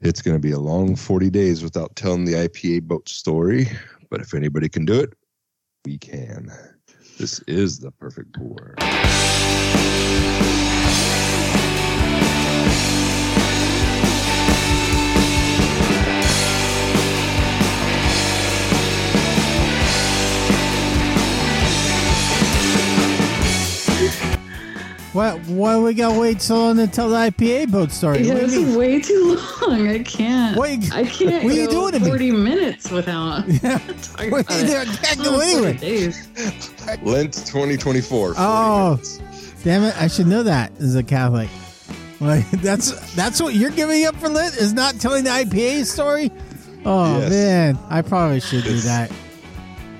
It's going to be a long 40 days without telling the IPA boat story, but if anybody can do it, we can. This is the perfect pour. Why, why we gotta wait so long to tell the IPA boat story? Yeah, What do you this mean? is way too long. I can't. Wait, I can't. what are you go doing to me? Forty minutes without. Yeah. talking Wait, about it. I can't go Oh, it's anyway. like days. Lent 2024. 40 Oh. minutes. Damn it! I should know that as a Catholic. Like that's that's what you're giving up for Lent is not telling the IPA story. Oh Yes. man, I probably should do that.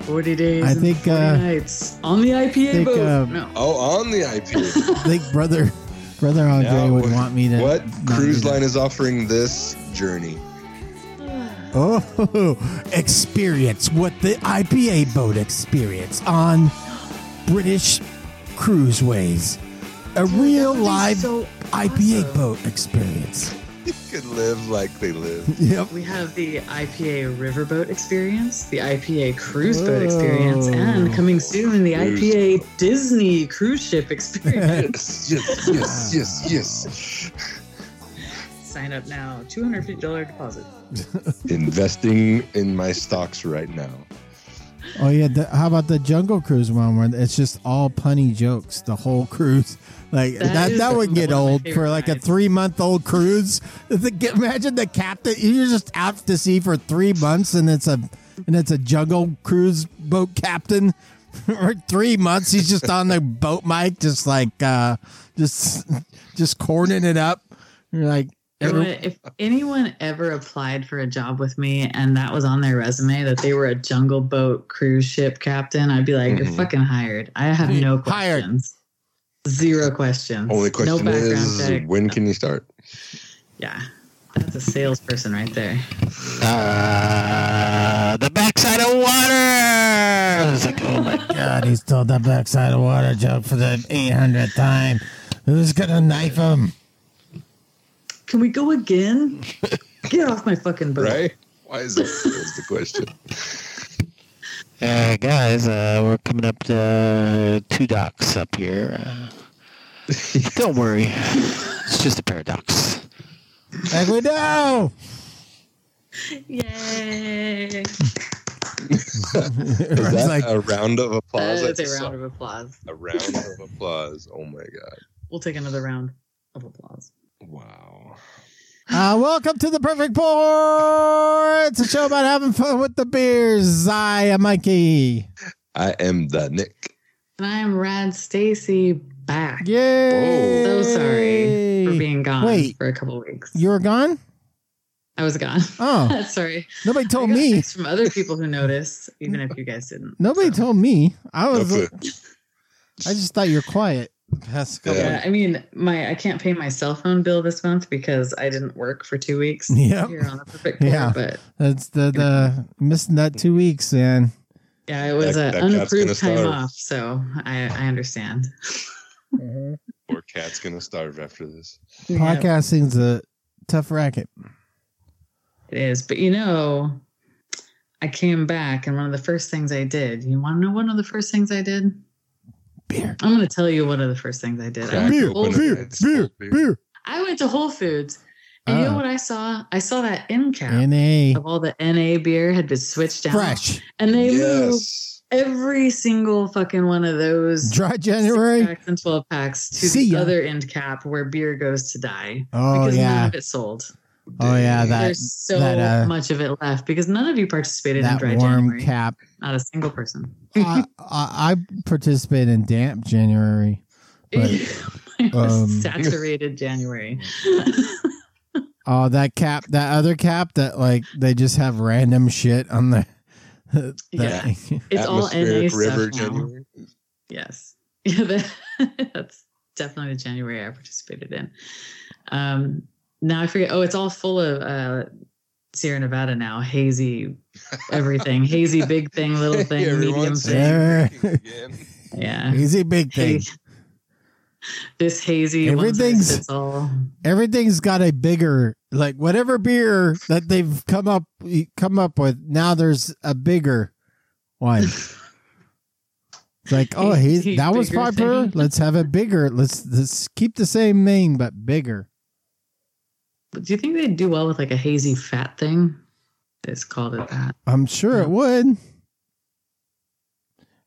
Forty days. I and think, 40 uh, nights on the IPA think, boat. uh, no. Oh, on the IPA. I think brother brother Andre Now, would want me to. what not do cruise that. line is offering this journey? Oh, experience what the IPA boat experience on British cruiseways. A real That'd be live so IPA awesome. boat experience. Could live like they live. Yep. We have the IPA riverboat experience, the IPA cruise boat Whoa. experience, and coming soon, the Cruise IPA Disney cruise ship experience. Yes, yes, yes, yes, yes. Sign up now. $250 deposit. Investing in my stocks right now. Oh yeah. The, how about the Jungle Cruise one where it's just all punny jokes the whole cruise? Like That that that, is would get one of my old for favorite like a rides. three month old cruise. The- imagine the captain. You're just out to sea for three months, and it's a and it's a jungle cruise boat captain. for three months, he's just on the boat mic, just like uh, just just corning it up. You're like, You know every- what? if anyone ever applied for a job with me and that was on their resume that they were a jungle boat cruise ship captain, I'd be like, you're Mhm. fucking hired. I have no Hired. questions. Zero questions. Only no question background is check. when can you start? Yeah. That's a salesperson right there. Uh, the backside of water. I was like, oh my. God, he's told that backside of water joke for the 800th time. Who's gonna knife him? Can we go again? Get off my fucking boat. Right? Why is that always the question? Uh, guys, uh, we're coming up to two docks up here. Uh, don't worry, it's just a paradox. Like we know. Yay. Is Everyone's that like, a round of applause? That is I Uh, a round saw- of applause. a round of applause. Oh my god. We'll take another round of applause. Wow. uh, welcome to the Perfect Pour. It's a show about having fun with the beers. I am Mikey. I am the Nick. And I'm Rad Stacy back. Yay! So sorry for being gone Wait. for a couple weeks. You were gone? I was gone. Oh, Sorry. nobody I told got me. texts from other people who noticed, even if you guys didn't. Nobody So, told me. I was. That's I just thought you were quiet. the Past couple. Yeah. Yeah, I mean, my I can't pay my cell phone bill this month because I didn't work for two weeks Yep. here on the perfect Pour, Yeah. But That's the the missing that two weeks and yeah, it was That- an that cat's unapproved gonna time starve. off, so I, I understand. Mm-hmm. Poor cat's gonna starve after this. Yeah, podcasting's a tough racket. it is, but you know, I came back, and one of the first things I did. You want to know one of the first things I did? Beer. I'm going to tell you one of the first things I did. I Crack went, Beer, to Whole open a- beer, Foods. it's beer, cold beer. beer. I went to Whole Foods, and you Ah. know what I saw? I saw that end cap NA. of all the NA beer had been switched out, Fresh. and they moved yes. every single fucking one of those Dry January. six packs and 12 packs to See the ya. other end cap where beer goes to die Oh, because none yeah. of it sold. Oh, yeah. Dang. That, There's so that, uh, much of it left because none of you participated in that dry warm January. cap. Not a single person. I, I, I participate in damp January. Right. it was Um, saturated January. Oh, that cap, that other cap that like they just have random shit on the. the Yeah. It's all NA Atmospheric river stuff now. January. Yes. Yeah, that, that's definitely the January I participated in. Um, now I forget. Oh, it's all full of uh, Sierra Nevada now. Hazy everything. hazy big thing, little thing, Hey, everyone, medium say thing. There. drinking again. Yeah. Easy big thing. This hazy. one size Everything's- fits all. Everything's got a bigger like whatever beer that they've come up e, come up with now there's a bigger one It's like oh He- he, he that was bigger popular thing. let's have a bigger let's let's keep the same name but bigger But do you think they'd do well with like a hazy fat thing? It's called it that. i'm sure it would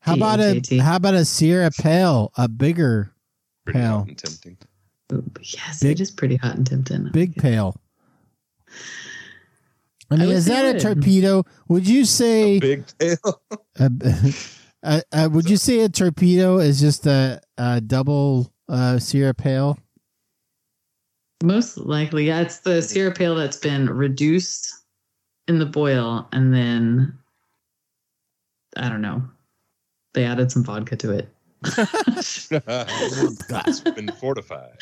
how about a T-H-A-T. how about a sierra pale a bigger Pretty Hell. hot and tempting. Ooh, but Yes, Big- it is pretty hot in Timpton. big pale i mean would is say that a would. torpedo would you say Big tail. uh, uh, uh, would you say a torpedo is just a, a double uh, Sierra Pale? Most likely, yeah, it's the Sierra Pale that's been reduced in the boil, and then I don't know. They added some vodka to it. it's been fortified.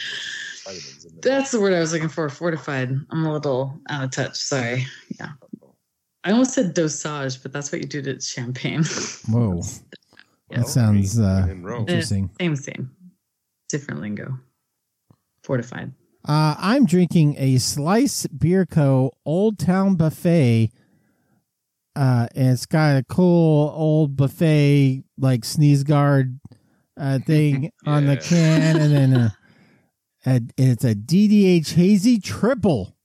Vitamins and That's the word I was looking for. Fortified. I'm a little out of touch. Sorry. Yeah. I almost said dosage, but that's what you do to champagne. Whoa, minerals. that sounds, uh, in Rome. eh. interesting. same, same. Different lingo. Fortified. Uh, I'm drinking a Slice Beer Co. Old Town Buffet. Uh, and it's got a cool old buffet like sneeze guard uh, thing on the Yeah. can, and then a, a, and it's a DDH hazy triple.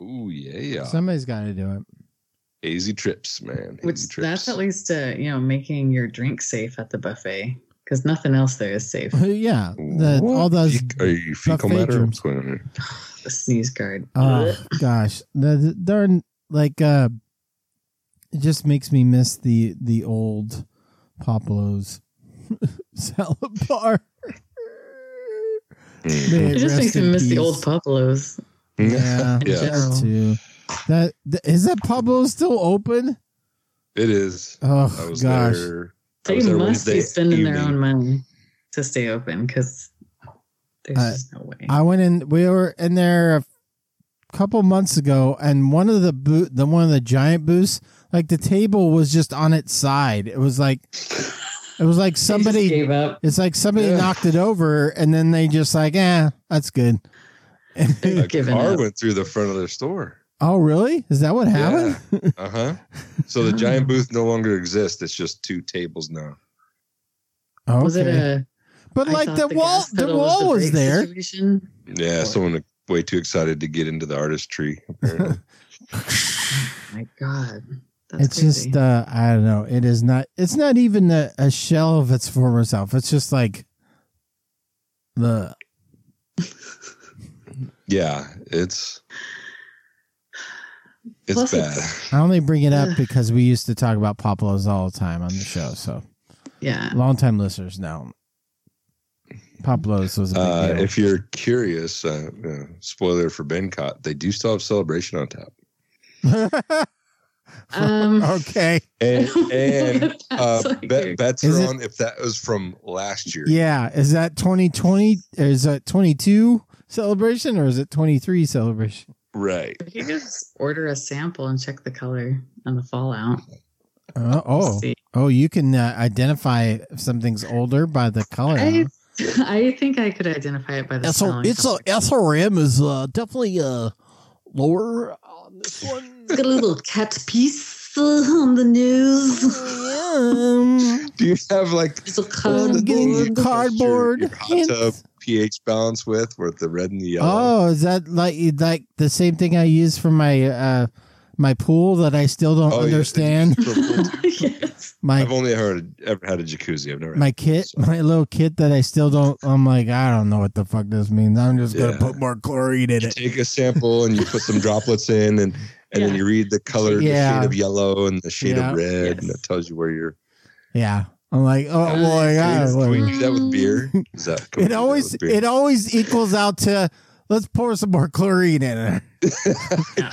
Ooh yeah, yeah. Somebody's got to do it. Hazy trips, man. Hazy Which trips. that's at least uh, you know making your drink safe at the buffet because nothing else there is safe. yeah, the, What? all those Fe- are you fecal buffet matter? germs. What's going on here? the sneeze guard. Oh gosh, the, the darn like uh, it just makes me miss the the old Pablo's salad bar. Mm. May it just rest makes in me miss the old peace. Pablos. Hmm. Yeah, Yeah. that too. That th- is that Pablo's still open? It is. I Oh was gosh, there. I They was there must Wednesday be spending their evening. own money to stay open because there's Uh, just no way. I went in. We were in there a couple months ago, and one of the boot, the one of the giant booths, like the table was just on its side. It was like, it was like They just somebody gave up. It's like somebody Yeah. knocked it over and then they just like, eh, that's good. They're A giving car up. went through the front of their store. oh, really? Is that what happened? Uh huh. So the giant booth no longer exists. It's just two tables now. Okay. Was it a but I like thought the, gas wall, the pedal wall was, brake there. situation? Yeah, Or- someone way too excited to get into the artistry. Apparently. My God, that's It's crazy. just, uh, I don't know. It is not. It's not even a, a shell of its former self. It's just like the. yeah, it's it's Plus bad. it's- I only bring it up Ugh. because we used to talk about Pablo's all the time on the show. So yeah. longtime listeners know Pablo's was a big Uh, deal. if you're curious, uh, uh, spoiler for Bencott, they do still have celebration on tap. Um, okay. And, and That's uh, like bet, your- bets Is are it- on if that was from last year. Yeah, is that 2020 or is that 22 celebration or is it 23 celebration? Right. you can just order a sample and check the color on the fallout. Uh, oh, See. oh, you can uh, identify if something's older by the color. I, I think I could identify it by the smelling uh, color. SRM is uh, definitely uh, lower on this one. Got a little cat piece uh, on the nose. Um, Do you have like Oh, It's a one of I'm the getting cardboard. things you test cardboard Your, your hot hints. tub pH balance with, with the red and the yellow. oh, is that like like the same thing I use for my uh, my pool that I still don't Oh, yeah. understand? yes. My I've only heard ever had a jacuzzi. I've never had my kit, so- my little kit that I still don't. I'm like, I don't know what the fuck this means. I'm just gonna Yeah. put more chlorine in you it. take a sample and you put some droplets in and and then Yeah. you read the color Yeah. the shade of yellow and the shade Yeah. of red and Yes. it tells you where you're Yeah, I'm like, oh Uh, boy, Do God, we- do we like- do that Mm. with beer is that can we do it that always with beer? it always equals out to let's pour some more chlorine in it.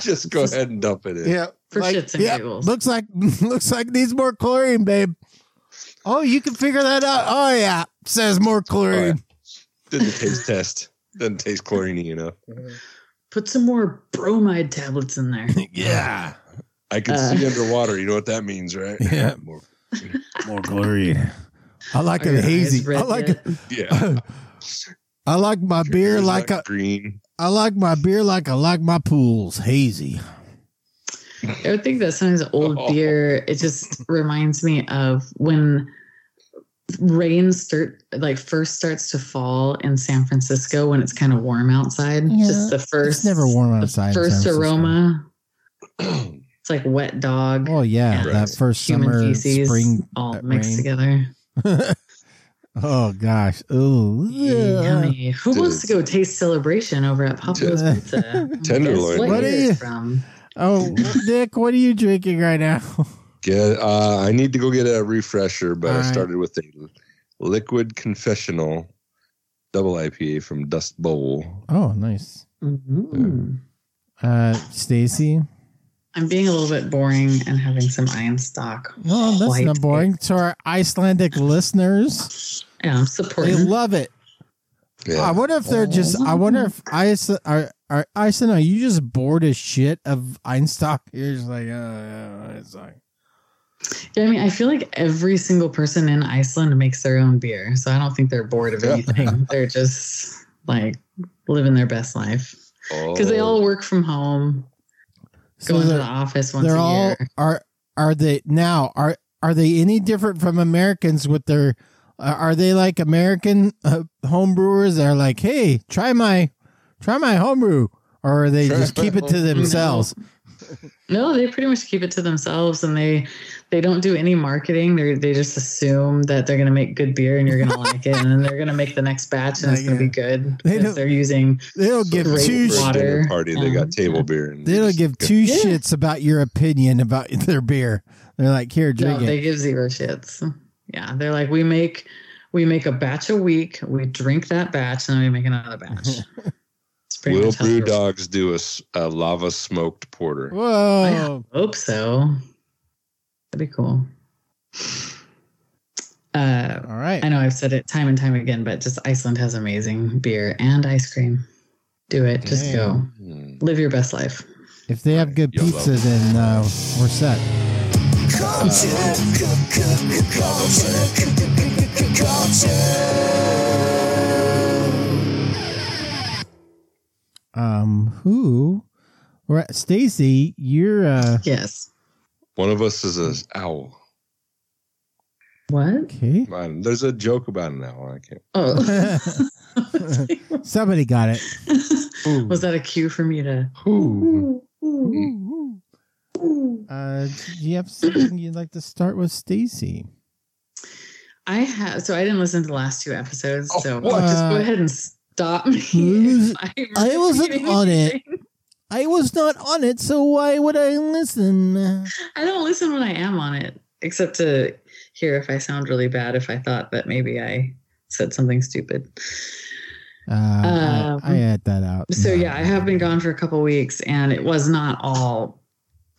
just go ahead and dump it in Yeah, For like, shits and yeah, giggles. looks like looks like needs more chlorine, babe. Oh, you can figure that out. Oh yeah, says more chlorine. did the taste test doesn't taste chlorine enough Put some more bromide tablets in there. Yeah, i can Uh. see underwater you know what that means right Yeah. More- more chlorine. I like Are it your eyes hazy. red I like it. yet? yeah I like my Your beer hair's like not a green I like my beer like I like my pools, hazy. I would think that sometimes old Oh. beer, it just reminds me of when rain start like first starts to fall in San Francisco when it's kind of warm outside. Yeah, just the first It's never warm the outside. in San first Francisco. aroma. It's like wet dog, Oh yeah, Yeah. that first human summer, feces, spring. all that mixed rain. together. oh gosh, ooh, yeah. Yummy. Who wants to go taste celebration over at Pablo's Dude. Pizza? Tenderloin. Guess What What year are you- it's from? Oh, Dick, what are you drinking right now? Get, uh, I need to go get a refresher, but All I right. started with a liquid confessional double IPA from Dust Bowl. Oh, nice. Mhm. Uh, Stacy. I'm being a little bit boring and having some iron stock. No, that's White not boring. To our Icelandic listeners, Yeah, I'm they supporting. love it. I Yeah. wonder if they're just. I wonder if Ice are are Iceland. Are you just bored as shit of Einstock? You're just like, uh, it's like, Yeah, I mean, I feel like every single person in Iceland makes their own beer, so I don't think they're bored of Yeah. anything. they're just like living their best life because they all work from home, Oh. so go into the they're, office once they're a all year. are are they now are are they any different from Americans with their? Uh, are they like American uh, homebrewers that are like, hey, try my, try my homebrew, or are they Try just my keep it to Mm-hmm. homebrew. themselves? No, they pretty much keep it to themselves, and they they don't do any marketing. They they just assume that they're gonna make good beer and you're gonna like it, and then they're gonna make the next batch and it's Like, gonna be yeah. good They because don't- they're using. They don't give Great two For a sh- water. dinner party. They Um, got table beer. And They don't just give got- two Yeah. shits about your opinion about their beer. They're like, here, No, drink they it. give zero shits. Yeah, they're like we make we make a batch a week. We drink that batch, and then we make another batch. It's pretty Will much how they Brew roll. Dogs do a, s- a lava smoked porter? Whoa. Hope so. That'd be cool. Uh, All right. I know I've said it time and time again, but just Iceland has amazing beer and ice cream. Do it. Just go. Damn. Hmm. Live your best life. If they have good You'll love pizza, it. then uh, we're set. Um, who? We're at Stacy. You're uh, Yes. One of us is a owl. What? okay. Man, there's a joke about an owl. I can't. Oh. Somebody got it. Was that a cue for me to? Who? Uh, do you have something you'd like to start with, Stacy? I have. So I didn't listen to the last two episodes. Oh, so what? just go ahead and stop me. Who's- if I wasn't repeat on it. anything. I was not on it, so why would I listen? I don't listen when I am on it, except to hear if I sound really bad. If I thought that maybe I said something stupid. Uh, I- Um, I, had that out. So No. yeah, I have been gone for a couple weeks, and it was not all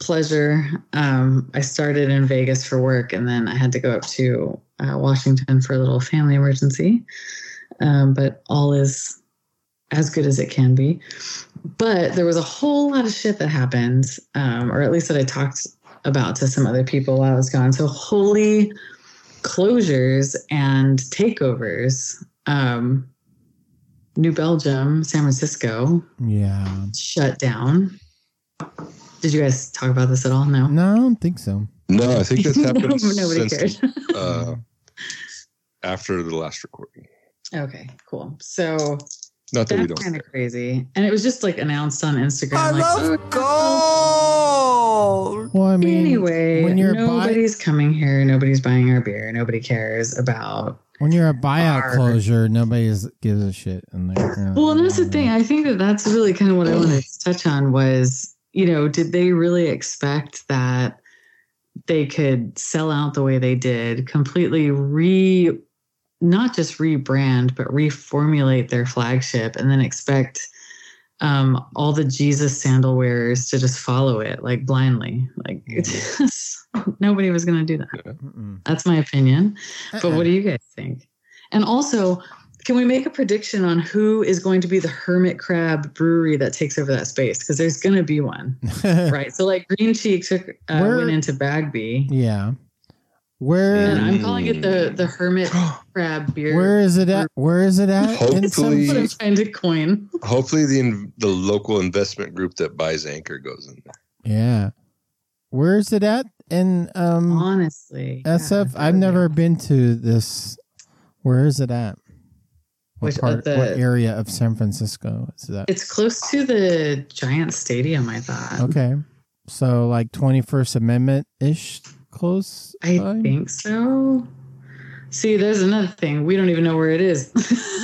pleasure. Um, I started in Vegas for work, and then I had to go up to uh, Washington for a little family emergency. Um, but all is as good as it can be. But there was a whole lot of shit that happened, um, or at least that I talked about to some other people while I was gone. So holy closures and takeovers. Um, New Belgium, San Francisco, Yeah. shut down. Did you guys talk about this at all? No. No, I don't think so. No, I think that's happened Nobody since cared. uh, after the last recording. okay, cool. So Not that we that's don't. kind of crazy. And it was just like announced on Instagram. like, gold. Well, I oh, mean, anyway, when you're a bi- nobody's coming here. Nobody's buying our beer. Nobody cares about. when you're a buyout Arr. closure, nobody is, gives a shit. And they're- Well, and that's the thing. I think that that's really kind of what I wanted to touch on was, you know, did they really expect that they could sell out the way they did, completely re, not just rebrand, but reformulate their flagship and then expect um, all the Jesus sandal wearers to just follow it like blindly? Like, it's just, nobody was going to do that. Mm-mm. That's my opinion. But Uh-uh. what do you guys think? And also, can we make a prediction on who is going to be the hermit crab brewery that takes over that space? Because there's going to be one, right? So, like Green Cheek took uh, Where- went into Bagby. yeah. And Where I'm calling it the the hermit crab beer. where is it at? Where is it at? In some- Hopefully- That's what I'm trying to coin. Hopefully, the in, the local investment group that buys Anchor goes Um, in there. yeah. Where is it at? In um Honestly, yeah, SF. that I've would be never awesome. been to this. Where is it at? What Which- part? at the- what area of San Francisco is that? It's close to the giant stadium. I thought. Okay. So like 21st Amendment ish close. I by? think so. See, there's another thing. We don't even know where it is.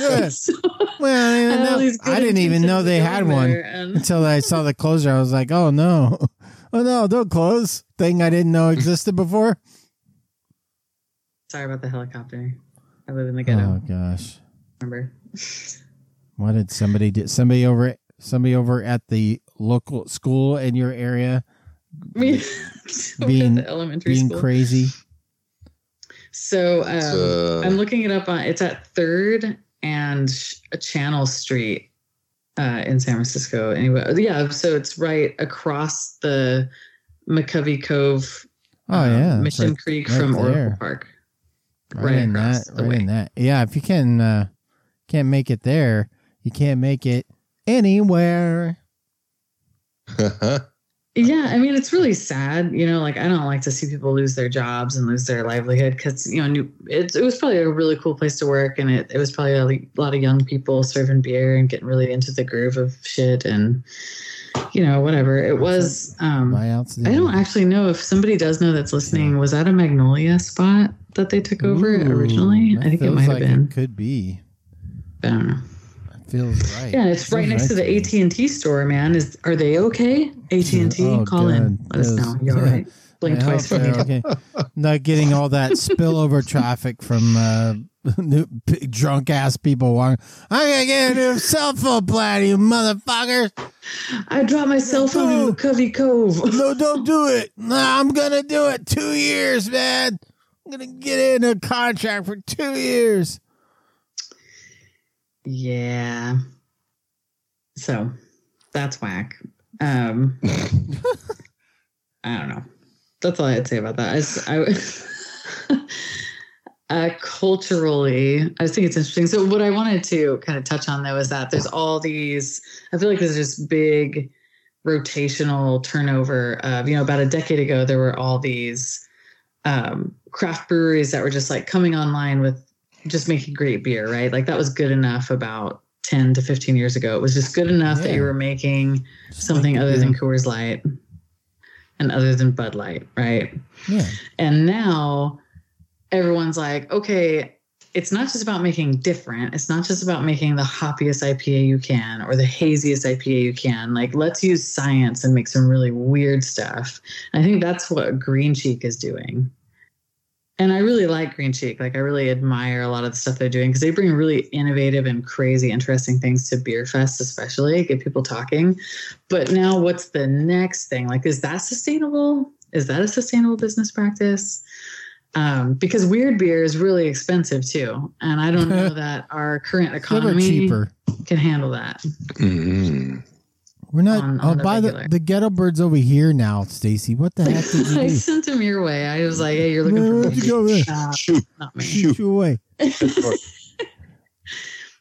Yeah. So, Well, I I didn't, had all know- these good I didn't even intentions know of they going had one there, and until I saw the closure. I was like, oh no. Oh no, don't close. Thing I didn't know existed before. sorry about the helicopter. I live in the Oh ghetto. gosh. Remember? Why did somebody did somebody over somebody over at the local school in your area Me Being- being the elementary being school. crazy? So um, It's, uh, I'm looking it up on. It's at Third and Ch- Channel Street uh, in San Francisco. Anyway, uh, yeah. So it's right across the McCovey Cove, Oh um, yeah. it's Mission like Creek right from there. Oracle Park. right, right in across that the right way. in that. Yeah, if you can uh can't make it there, you can't make it anywhere. Yeah, I mean it's really sad, you know. Like I don't like to see people lose their jobs and lose their livelihood because you know new, it, it was probably a really cool place to work, and it, it was probably a le- lot of young people serving beer and getting really into the groove of shit, and you know whatever it was. Um, Buyouts. I don't actually know if somebody does know that's listening. Was that a Magnolia spot that they took over Ooh, originally? that I think it feels might like have been. It could be. I don't know. That feels right. Yeah, it's right Feels next to the me. AT and T store, man. Is are they okay? AT and T, Oh, call in. God. Let us know. You all Yeah. right? Blink I twice hope for me. they're okay. Not getting all that spillover traffic from uh, new, p- drunk ass people. Walking. I'm gonna get a new cell phone plan, you motherfuckers. I dropped my cell phone in Covey Cove. No, don't do it. No, I'm gonna do it. Two years, man. I'm gonna get in a contract for two years. Yeah. So that's whack. Um, I don't know. That's all I had to say about that. I, s- I- uh, culturally, I just think it's interesting. So what I wanted to kind of touch on though is that there's all these. I feel like there's just big rotational turnover of you know about a decade ago there were all these um, craft breweries that were just like coming online with just making great beer, right? Like that was good enough about 10 to 15 years ago. It was just good enough that Yeah. you were making something other than Coors Light and other than Bud Light, right? yeah. And now everyone's like, okay, it's not just about making different. It's not just about making the hoppiest IPA you can or the haziest IPA you can. Like, let's use science and make some really weird stuff. I think that's what Green Cheek is doing. And I really like Green Cheek. Like, I really admire a lot of the stuff they're doing because they bring really innovative and crazy, interesting things to Beer Fest, especially get people talking. But now, what's the next thing? Like, is that sustainable? Is that a sustainable business practice? Um, because weird beer is really expensive too, and I don't know that our current It's never economy cheaper. can handle that. Mm. We're not on- oh, on the by the regular. the ghetto birds over here now, Stacy. What the heck did I you do? sent him your way. I was like, "Hey, you're looking Where'd for you me." go with? Uh, Shoot. not me. Shoot. You away.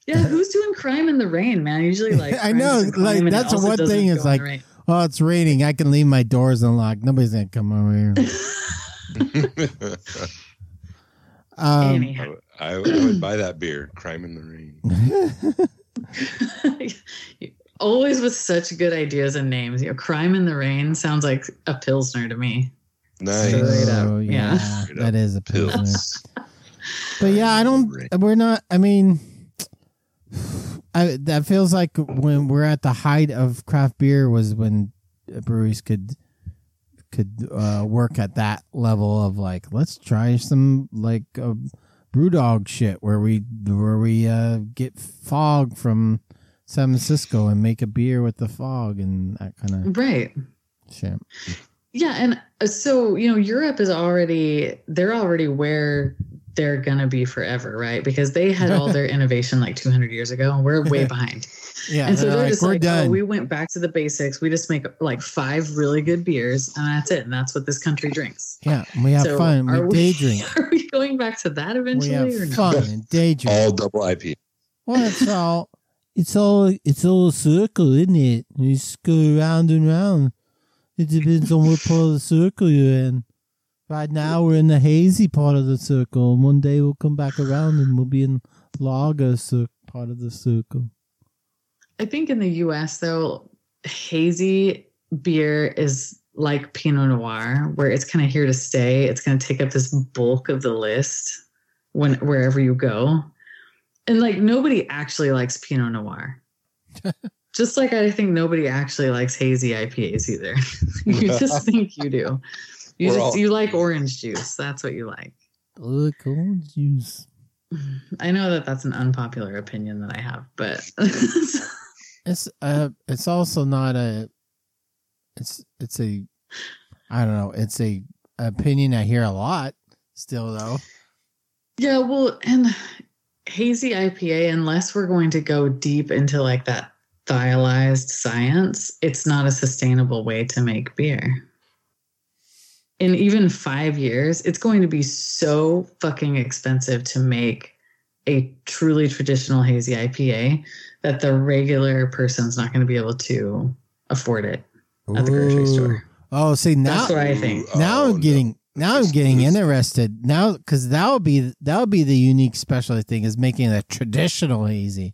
Yeah, who's doing crime in the rain, man? Usually, like I crime know, is a crime like, and it that's the also one doesn't thing go is, in the like, rain. Oh, it's raining. I can leave my doors unlocked. Nobody's gonna come over here. Um, anyhow. I, I would buy that beer. Crime in the rain. Always with such good ideas and names. You know, crime in the rain sounds like a pilsner to me. Nice. Straight up, so, yeah. Straight that up is a pilsner. Pills. But yeah, I don't. Right. We're not. I mean, I that feels like when we're at the height of craft beer was when breweries could could uh, work at that level of like let's try some like uh, brew dog shit where we where we uh, get fog from San Francisco and make a beer with the fog and that kind Right. of shit. Yeah, and uh, so you know, Europe is already they're already where they're gonna be forever, right? Because they had all their innovation like 200 years ago, and we're way behind. Yeah, and so they're they're like, just we're like, done. oh, we went back to the basics. We just make like five really good beers, and that's it. And that's what this country drinks. yeah, and we have So fun. We, are day drink. Are we going back to that We eventually, or have not? fun and day drink. All double IPA. Well, it's all, it's all, it's all a circle, isn't it? You just go round and round. It depends on what part of the circle you're in. Right now, we're in the hazy part of the circle, and one day we'll come back around and we'll be in lager cir- part of the circle. I think in the US though, hazy beer is like Pinot Noir, where it's kind of here to stay. It's going to take up this bulk of the list when wherever you go. And like nobody actually likes Pinot Noir. just like I think nobody actually likes hazy IPAs either. you just think you do. You We're just all- you like orange juice. That's what you like. Look, orange juice. I know that that's an unpopular opinion that I have, but It's uh, it's also not a. It's it's a, I don't know. It's a opinion I hear a lot. Still though, Yeah, well, and hazy IPA, unless we're going to go deep into like that thylized science, it's not a sustainable way to make beer. In even five years, it's going to be so fucking expensive to make a truly traditional hazy IPA that the regular person's not going to be able to afford it at the grocery store. Oh, see now That's what I think. now Oh, I'm getting now I'm It's- getting it's- interested now because that would be that would be the unique specialty thing is making a traditional hazy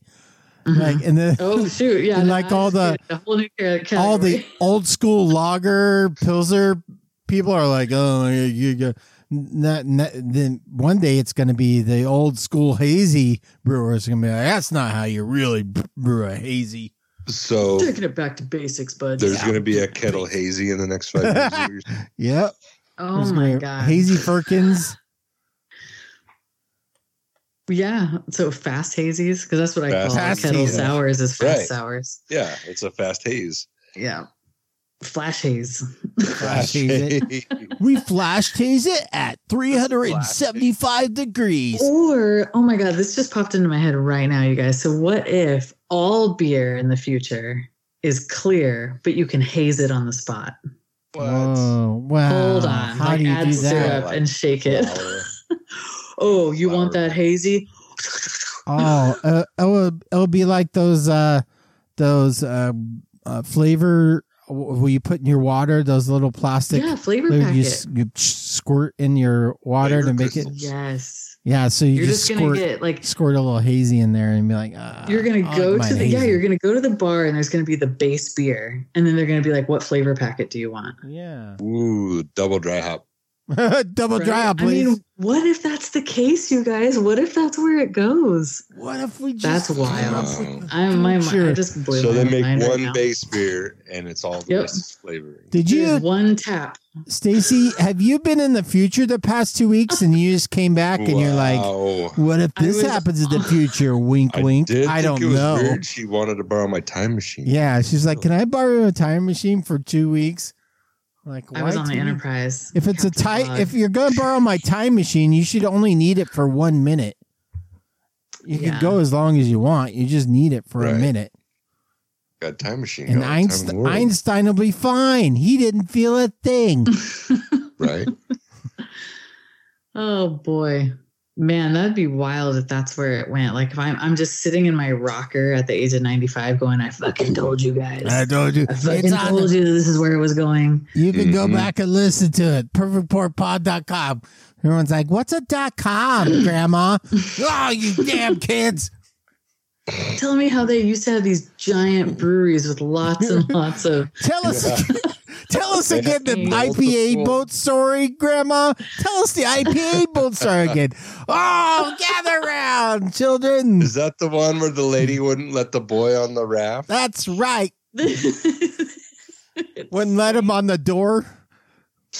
Mhm. like and then oh shoot, yeah, and no, like all the- a whole new cat- all the category. old school lager pilsner people are like oh you, you, you. Not, not- then one day it's going to be the old school hazy brewers are going to be like that's not how you really brew a hazy So taking it back to basics, bud. there's going to be a kettle hazy in the next five years. is what you're saying? yep Oh There's my gonna- god. hazy firkins Yeah. So fast hazies, because that's what I Fast call Fast kettle hazies. sours is fast Right. sours. Yeah, it's a fast haze. Yeah. Flash haze. Fast haze we flash haze it at 375 degrees Or oh my god, this just popped into my head right now, you guys. So what if all beer in the future is clear, but you can haze it on the spot? What? Whoa, Oh, wow. Hold on. Uh, How like do you add do that? syrup and shake it. Flour. oh, you want Flour. that hazy? Oh, uh, it'll, it'll be like those uh, those uh, uh, flavor wh- where you put in your water, those little plastic yeah, flavor flavor packet. you, s- you squirt in your water Flavor to make crystals. it. yes. Yeah, so you You're just, just, gonna squirt, get like squirt a little hazy in there and be like, ah, you're gonna I go like to my the yeah hazy. you're gonna go to the bar and there's gonna be the base beer and then they're gonna be like what flavor packet do you want yeah. Ooh, double dry hop. Double dry Right? up, please. i mean what if that's the case you guys what if that's where it goes what if we just That's came up wild. with the i'm my mind future? I just blew So my they make mind right one now. base beer and it's all the Yep. rest is flavoring. Did you There's one tap Stacy, have you been in the future the past two weeks and you just came back and you're like, Wow. what if I this was- happens in the future? Wink, wink. did I think don't it was know. Weird. She wanted to borrow my time machine. Yeah, she's like, can I borrow a time machine for two weeks? I'm like, i was why on the two- enterprise If it's a Captain time, Bug. if you're gonna borrow my time machine, you should only need it for one minute. You Yeah. can go as long as you want. You just need it for a Right. minute. Got a time machine. And got all the time in Einstein, the world, Einstein will be fine. He didn't feel a thing. right? oh boy man that'd be wild if that's where it went like if i'm, I'm just sitting in my rocker at the age of 95 going i fucking told you guys i, told you. fucking told you this is where it was going You can go Mhm. back and listen to it. Perfectportpod.com. Everyone's like, what's a dot com, grandma? oh, you damn kids. Tell me how they used to have these giant breweries with lots and lots of. Tell us tell us They again have the to build the IPA pool. boat story, grandma. Tell us the IPA boat story again. Oh, gather round, children. Is that the one where the lady wouldn't let the boy on the raft? That's right. Wouldn't let him on the door.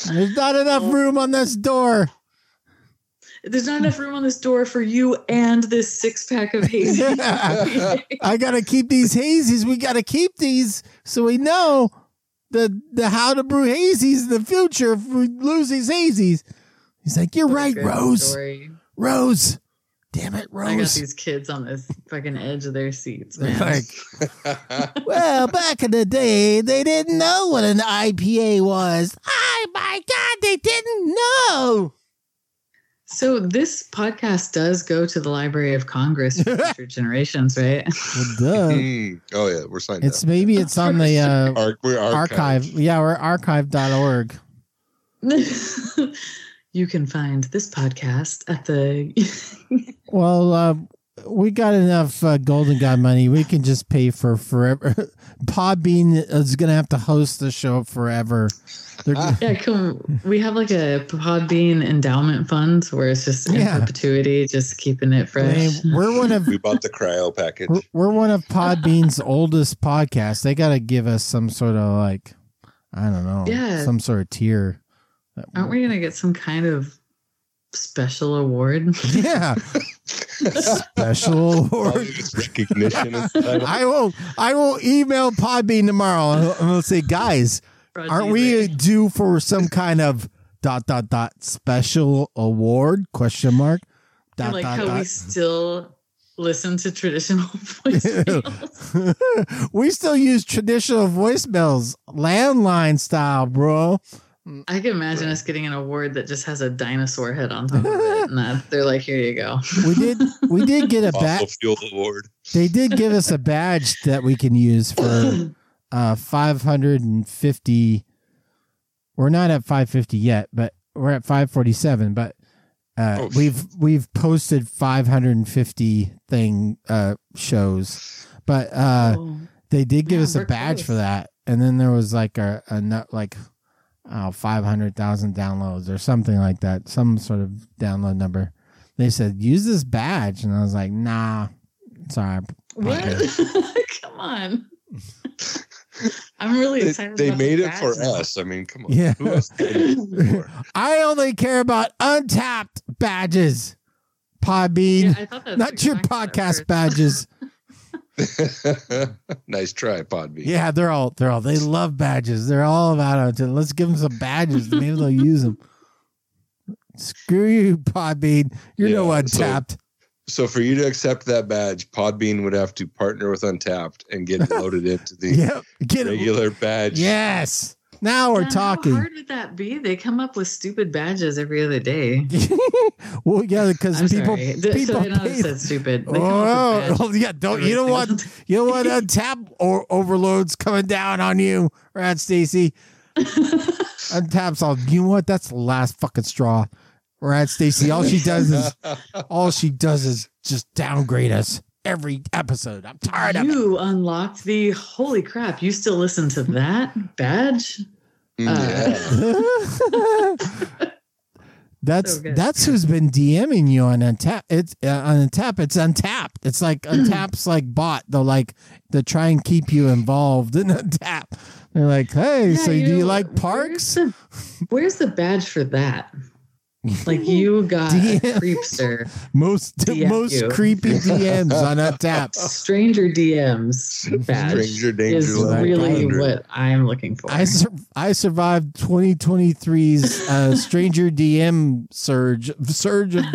There's not enough room on this door. There's not enough room on this door for you and this six pack of hazy. I gotta keep these hazies. We gotta keep these so we know the the how to brew hazies in the future if we lose these hazies. He's like, You're right, Good Rose. story. Rose. Damn it, I got Rose. these kids on this fucking edge of their seats, They're man. like, well, back in the day, they didn't know what an IPA was. Oh my God, they didn't know. So this podcast does go to the Library of Congress for future generations, right? Well, duh. Mm. Oh yeah, we're signed It's maybe it's on the uh, up. Ar- we're archive. archived. Yeah, we're archive.org. you can find this podcast at the Well, uh, we got enough uh, Golden God money. We can just pay for forever. Podbean is going to have to host the show forever. They're, yeah. Come, we have like a Podbean endowment fund where it's just in Yeah. perpetuity, just keeping it I mean, fresh. we're one of We bought the cryo package. we're, we're one of Podbean's oldest podcasts. They got to give us some sort of like I don't know, Yeah. some sort of tier. Aren't we gonna get some kind of special award? Yeah, special All award. of this recognition is title. I will. I will email Podbean tomorrow and I'll- and I'll say, guys, aren't we due for some kind of dot dot dot special award? Question mark. And Dot like dot how we dot. still listen to traditional voicemails. we still use traditional voicemails, landline style, bro. I can imagine us getting an award that just has a dinosaur head on top of it, and that, they're like, "Here you go." We did. We did get a fossil bat. fuel award. They did give us a badge that we can use for uh 550 we're not at 550 yet but we're at 547 but uh Oh, we've we've posted 550 thing uh shows but uh Oh. they did give Yeah, us a we're badge for close. that and then there was like a, a nut like oh, 500000 downloads or something like that some sort of download number they said use this badge and i was like nah sorry What? Come on. I'm really They, excited. they about made the it for badge now. us. I mean, come on. Yeah. Who else did it for? I only care about untapped badges, Podbean, Yeah, I thought that's not what your you were talking about podcast first. badges. nice try, Podbean. yeah, they're all they're all they love badges. They're all about untapped. Let's give them some badges. Maybe they'll use them. Screw you, Podbean. You're no Yeah, so- untapped. So for you to accept that badge, Podbean would have to partner with Untapped and get it loaded into the yep. Get it. regular badge. Yes. Now we're Yeah, talking. How hard would that be? They come up with stupid badges every other day. well, yeah, because I'm people sorry. Th- people so they don't pay. said stupid. They come up Oh, with badges oh, yeah, don't you don't every want single day. You know what? Uh, tap or overloads coming down on you, Rat Stacy. Untaps all. You know what? That's the last fucking straw. Rat Stacy. All she does Mm, is Uh, all she does is just downgrade us every episode. I'm tired of it. You unlocked the holy crap. You still listen to that badge? yeah. that's So good. that's who's been DMing you on untap. It's uh, on untap. It's untapped. It's like untaps like bot. They're like they try and keep you involved in untap. They're like, hey, Yeah, so do you know, like where's parks? the- Where's the badge for that? Like you got a DM. creepster, Most DM most you. Oh, creepy DMs on Untapped. stranger DMs badge Stranger danger is level really 100. what I'm looking for. I sur- I survived 2023's uh, stranger DM surge surge of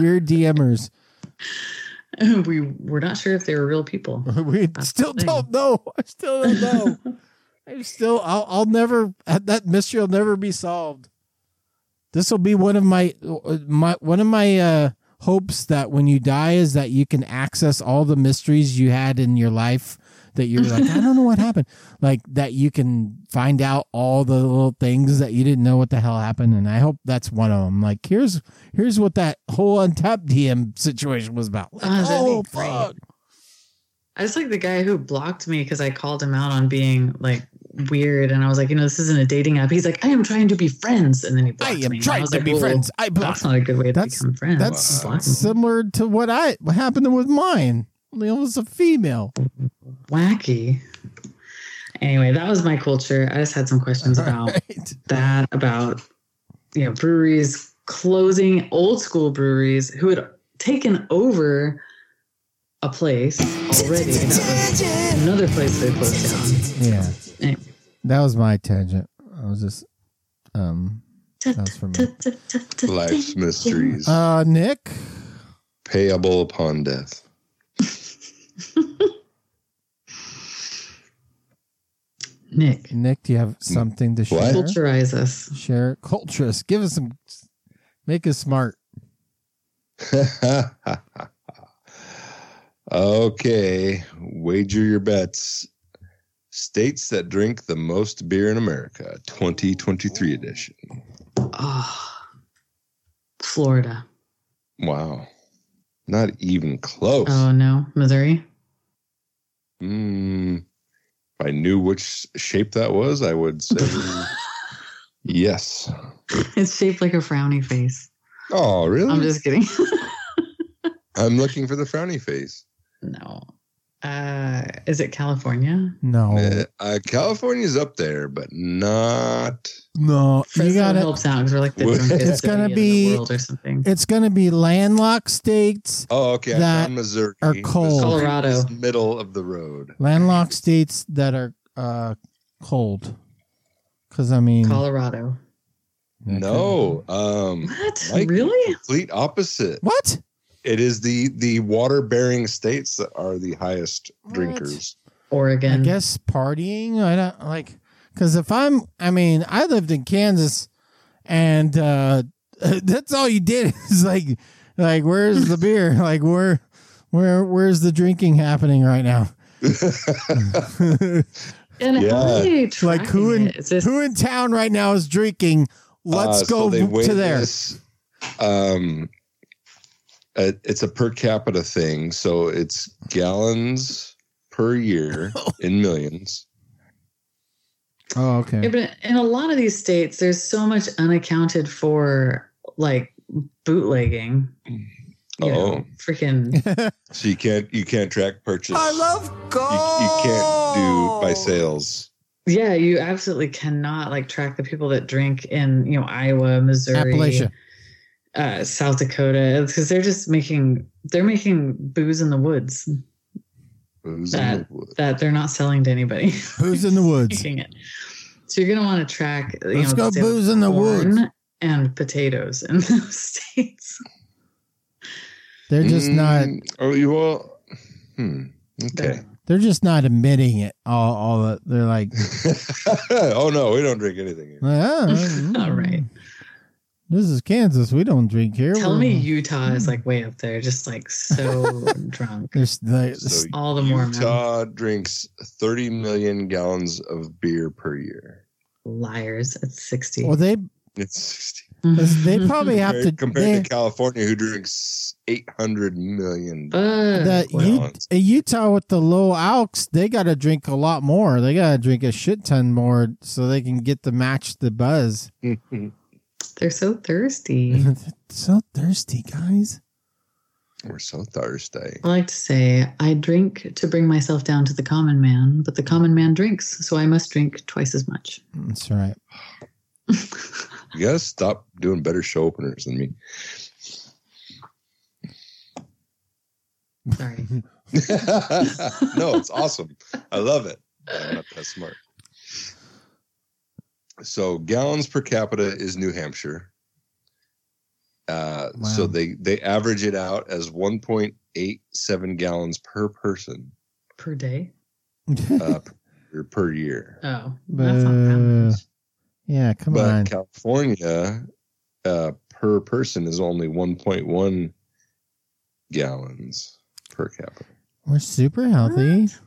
weird DMers. we were not sure if they were real people. We still don't know. I still don't know. I still I'll, I'll never that mystery will never be solved. This will be one of my my one of my uh, hopes that when you die is that you can access all the mysteries you had in your life that you're like I don't know what happened. Like that you can find out all the little things that you didn't know what the hell happened. And I hope that's one of them. Like here's here's what that whole untapped DM situation was about. Like, Oh, that'd be oh great. fuck. I was like the guy who blocked me because I called him out on being like weird, and I was like, you know, this isn't a dating app. He's like, I am trying to be friends, and then he I blocked me. am And trying was to like, be well, friends. I blocked That's not a good way to That's- become friends. That's Wow. similar to what I what happened with mine. It was a female. wacky. Anyway, that was my culture. I just had some questions about Right. that, about you know, breweries closing, old school breweries who had taken over a place already. That was another place they closed down. Yeah. Eh. That was my tangent. I was just um Sounds familiar. Life's mysteries Uh, Nick, payable upon death. Nick, Nick, do you have something to share? What? culturize us. Share culture. Give us some. Make us smart. okay, wager your bets. States that drink the most beer in America, 2023 edition. Oh, Florida. Wow. Not even close. Oh no, Missouri. Mm, if I knew which shape that was, I would say yes. It's shaped like a frowny face. Oh, really? I'm just kidding. I'm looking for the frowny face. no. Uh, is it California? No, Oh. Uh, uh, California's up there, but not. no. You Fresno got it. helps out because we're like the Well, drunkest it's gonna city in be- the world or something. It's gonna be landlocked states. Oh, okay. I That found Missouri. are Missouri cold. Colorado. is middle of the road. Landlocked states that are uh cold. Because I mean, Colorado. that No, um, What? Mike, really? complete opposite. could- What? It is the the water bearing states that are the highest What? drinkers. I Oregon. guess partying. I don't like because if I'm, I mean, I lived in Kansas, and uh that's all you did is like, like where's the beer? Like where, where, where's the drinking happening right now? And Yeah. how are they tracking Like, who in- it? Is this Who in town right now is drinking? Let's Uh, so go they v- weigh to there. this, um, it- it's a per capita thing, so it's gallons per year in millions. Oh, Yeah, okay. but in a lot of these states, there's so much unaccounted for, like bootlegging. You Oh. know, freaking! So you can't you can't track purchase. gold. you, you can't do Oh. by sales. Yeah, you absolutely cannot like track the people that drink in you know Iowa, Missouri, Appalachia. uh, South Dakota, because they're just making they're making booze in the woods Booze in the woods. that they're not selling to anybody. Booze in the woods. Making it. So you're gonna want to track. You Let's know, go the sale of booze in the corn woods. and potatoes in those states. They're just not. Mm, Oh, you all. Hmm. Okay. They're just not admitting it. All, all the, they're like, oh no, we don't drink anything. Here. ah, All right. This is Kansas. We don't drink here. Tell We're- me Utah is like way up there, just like so drunk. There's the, So All the Mormon Utah drinks 30 million gallons of beer per year. liars at 60. well, they It's 60. they probably have to. Compared, compared They, to California, who drinks 800 million. the Fuck. Well, U- it's- in Utah with the low alks, they got to drink a lot more. They got to drink a shit ton more so they can get to match the buzz. They're so thirsty. so thirsty, guys. We're so thirsty. I like to say, I drink to bring myself down to the common man, but the common man drinks, so I must drink twice as much. That's right. You gotta stop doing better show openers than me. Sorry. no, it's awesome. I love it. I'm not that smart. So gallons per capita is New Hampshire. Uh, So Wow. they they average it out as 1.87 gallons per person Per day? uh, per, per year. Oh, that's not that Uh, much. yeah, Uh, come but on. California uh, per person is only 1.1 gallons per capita. We're super healthy. What?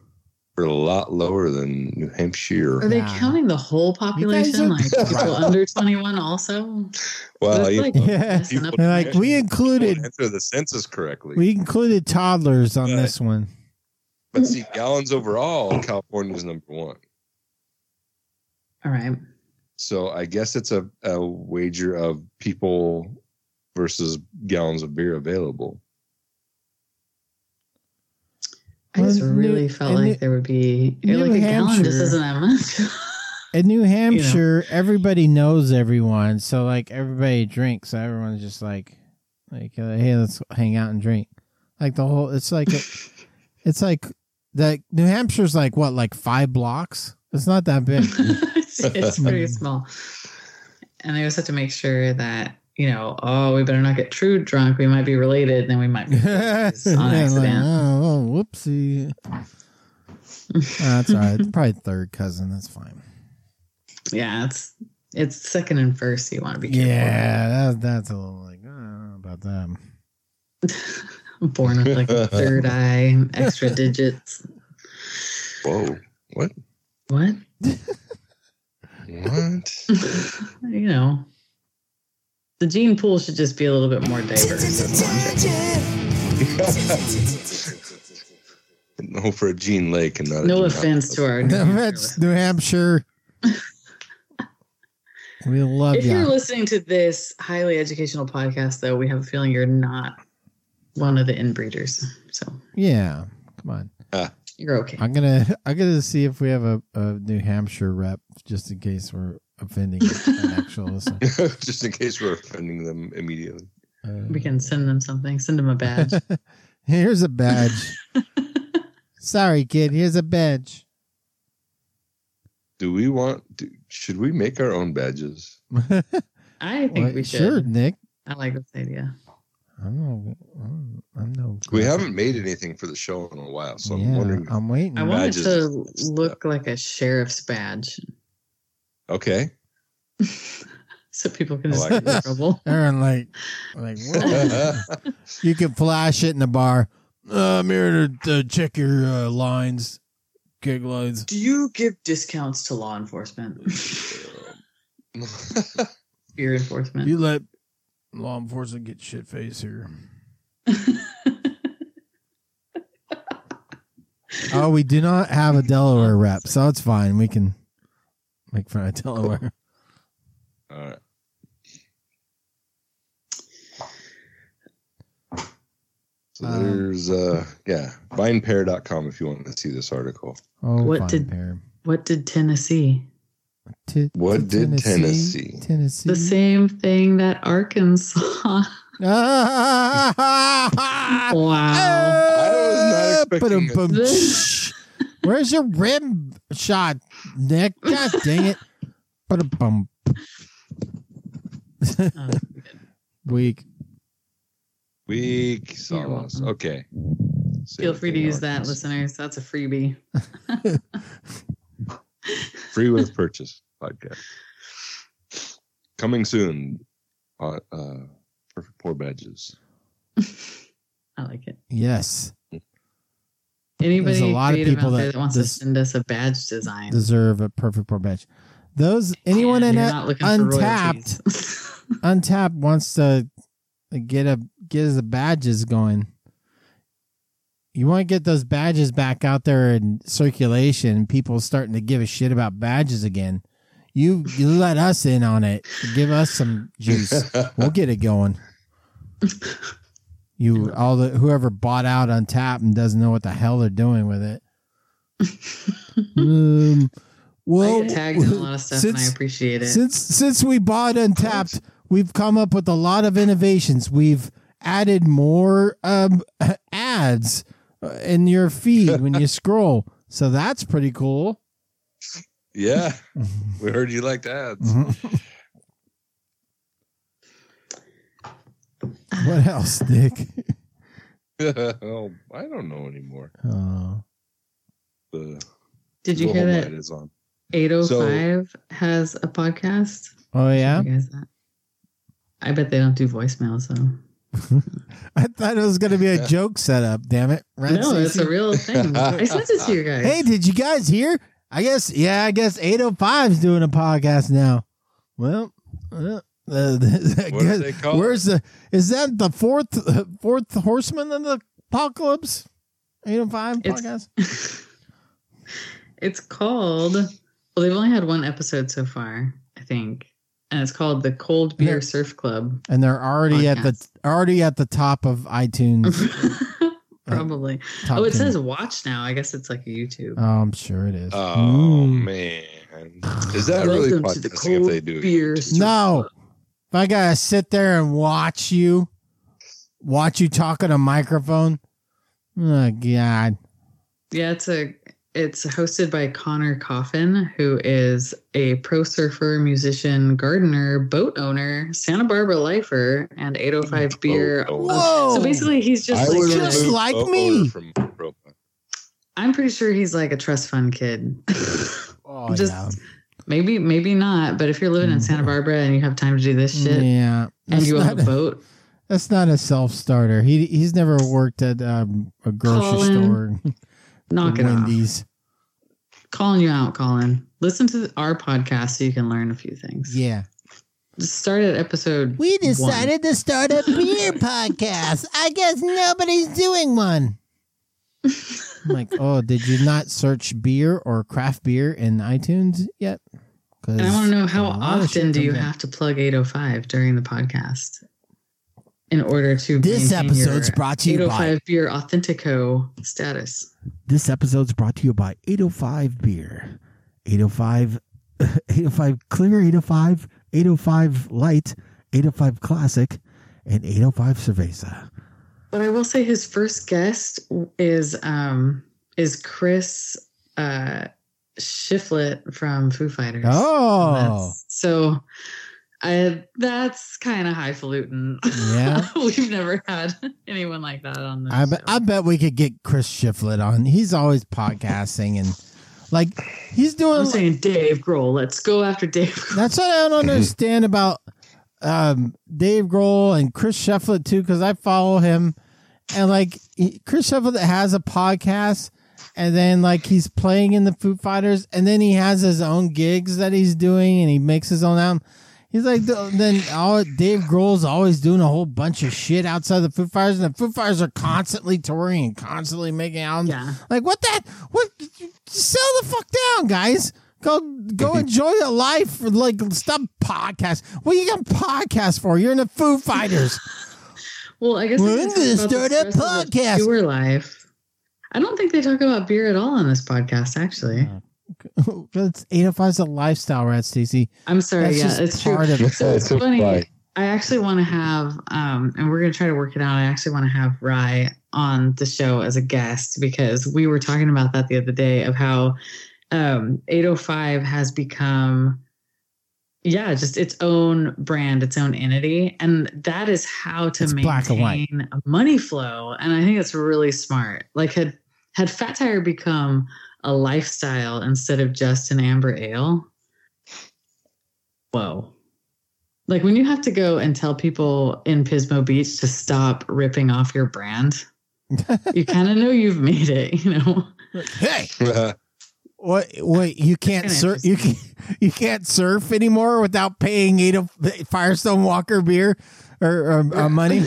We're a lot lower than New Hampshire. Are they Nah. counting the whole population? are- Like people under 21 also? Well, That's you like know, Yeah. messing up People- They're like, we people included answer the census correctly. we included toddlers on this one. but see, gallons overall, California's number one. All right. So I guess it's a, a wager of people versus gallons of beer available. I just Well, New- really felt and like New- there would be New like a gallon just Hampshire- isn't that much. In New Hampshire, everybody knows everyone, so like everybody drinks. So everyone's just like, like, uh, hey, let's hang out and drink. Like the whole, it's like, a, it's like that. New Hampshire's like what, like five blocks? It's not that big. it's, it's pretty small. and I always have to make sure that you know, oh, we better not get true drunk. We might be related, and then we might be It's on accident. oh, oh, whoopsie. Uh, that's all right. It's probably third cousin. That's fine. yeah, it's it's second and first. You want to be careful. Yeah, that, that's a little like, I don't know about that. born with like a third eye, extra digits. Whoa. What? What? What? you know, the gene pool should just be a little bit more diverse. That's what I'm saying. No, for a Gene Lake and not a No Gene offense to Hospital. our. That's New Hampshire. we love If you're you. listening to this highly educational podcast, though, we have a feeling you're not one of the inbreeders. So Yeah, come on. you're okay. I'm gonna I'm gonna see if we have a, a New Hampshire rep just in case we're offending an actual listener. Just in case we're offending them immediately. Uh, We can send them something, send them a badge. here's a badge. Sorry, kid. Here's a badge. Do we want? Do, should we make our own badges? I think Well, we should. Sure, Nick. I like this idea. I'm no. I'm- I'm no. We haven't made anything for the show in a while, so I'm Yeah, wondering. I'm waiting. I want Badges. it to look like a sheriff's badge Okay, so people can I just like get in this. trouble. Aaron, like, like whoa. you can flash it in the bar. Uh, I'm here to, to check your uh, lines, gig lines. Do you give discounts to law enforcement? Fear enforcement. You let law enforcement get shit face here. Oh, we do not have a Delaware rep, so it's fine. We can make fun of Delaware. all right. So Um, there's uh yeah vinepair.com if you want to see this article. Oh, What fine, did- pair. what did Tennessee? T- What did Tennessee- Tennessee. The same thing that Arkansas. Ah! wow. I was not expecting it. Ba-dum-bum. Where's your rim shot, Nick? God dang it. Ba-dum-bum. Oh, Weak. Weak sauce. welcome. Okay. feel free to use that, Listen. listeners. That's a freebie. Free with purchase podcast. Coming soon. Uh, uh, perfect poor badges. I like it. Yes. Anybody There's a lot of creative people out there that that, wants this- to send us a badge design. Deserve a perfect poor badge. Those anyone and in you're that not looking Untapped. For royalties. untapped wants to get a get his badges going. You want to get those badges back out there in circulation. People starting to give a shit about badges again. You, you let us in on it. Give us some juice. we'll get it going. You all the whoever bought out on tap and doesn't know what the hell they're doing with it. um, well, I get tagged in a lot of stuff and I since- appreciate it. since since we bought Untapped, we've come up with a lot of innovations. We've added more um, ads uh, in your feed when you scroll, so that's pretty cool. yeah. We heard you liked ads. What else, Nick? Mm-hmm. oh, I don't know anymore. Oh, The Did you Google hear Home that Light is on. 805 has a podcast? oh yeah. You guys that? I bet they don't do voicemails though. I thought it was going to be a joke setup. Damn it! Right, no, it's Stacey? a real thing. I sent it to you guys. Hey, did you guys hear? I guess, yeah, I guess 805 is doing a podcast now. Well, uh, uh, I What do guess- they call where's the, is that the fourth uh, fourth horseman of the apocalypse? 805 It's- podcast? It's called. Well, they've only had one episode so far, I think, and it's called the Cold Beer Yeah. Surf Club. And they're already at Podcast. the already at the top of iTunes. Probably. top oh, it 10. says watch now. I guess it's like a YouTube. Oh, I'm sure it is. Oh Mm. man, is that Welcome really to the podcasting if Cold they do? Beer it? Surf No. Club. If I gotta sit there and watch you, watch you talk on a microphone. Oh God. Yeah, it's a. It's hosted by Connor Coffin, who is a pro surfer, musician, gardener, boat owner, Santa Barbara lifer, and 805 beer. Boat owner. Whoa! So basically, he's just I would like, Just remove like boat me. owner from profile. I'm pretty sure he's like a trust fund kid. Oh, just yeah. maybe, maybe not. But if you're living in Santa Barbara and you have time to do this shit Mm. Yeah. and That's you not, own a boat, that's not a self starter. He he's never worked at um, a grocery Colin, store. knock it off. Wendy's. Calling you out, Colin. Listen to our podcast so you can learn a few things. Yeah. Just start at episode. We one. decided to start a beer podcast. I guess nobody's doing one. I'm like, oh, did you not search beer or craft beer in iTunes yet? Because And I want to know how Oh, often do you have to plug 805 during the podcast in order to This maintain episode's your brought to you by 805 beer authentico status. This episode's brought to you by 805 Beer, 805, 805 Clear, 805, 805 Light, 805 Classic, and 805 Cerveza. But I will say his first guest is um is Chris uh Shiflet from Foo Fighters. Oh, That's- so I that's kind of highfalutin. Yeah. We've never had anyone like that on the I, show. bet I bet we could get Chris Shiflett on. He's always podcasting and like he's doing. I'm saying Dave Grohl. Let's go after Dave. Grohl. That's what I don't understand about um, Dave Grohl and Chris Shefflin too, because I follow him, and like he, Chris Shefflin has a podcast, and then like he's playing in the Foo Fighters, and then he has his own gigs that he's doing, and he makes his own album. He's like the- then all Dave Grohl's always doing a whole bunch of shit outside the Foo Fighters, and the Foo Fighters are constantly touring and constantly making albums. Yeah. Like what that? What? Sell the fuck down, guys. Go go enjoy your life. Like stop podcast. What you got podcast for? You're in the Foo Fighters. Well, I guess We're we can gonna talk about start a the stress of the podcast. Tour life. I don't think they talk about beer at all on this podcast. Actually, Oh. That's eight oh five is a lifestyle, right, Stacey? I'm sorry. That's yeah, it's true. part of it. So it's That's funny. right. I actually want to have, um, and we're going to try to work it out. I actually want to have Rye on the show as a guest because we were talking about that the other day of how um, 805 has become, yeah, just its own brand, its own entity. And that is how to It's maintain black and white. a money flow. And I think it's really smart. Like, had, had Fat Tire become a lifestyle instead of just an amber ale? Whoa. Like when you have to go and tell people in Pismo Beach to stop ripping off your brand, you kind of know you've made it, you know? Hey, what? Wait, you can't kinda surf. You can you can't surf anymore without paying eight of Firestone Walker beer or, or uh, money.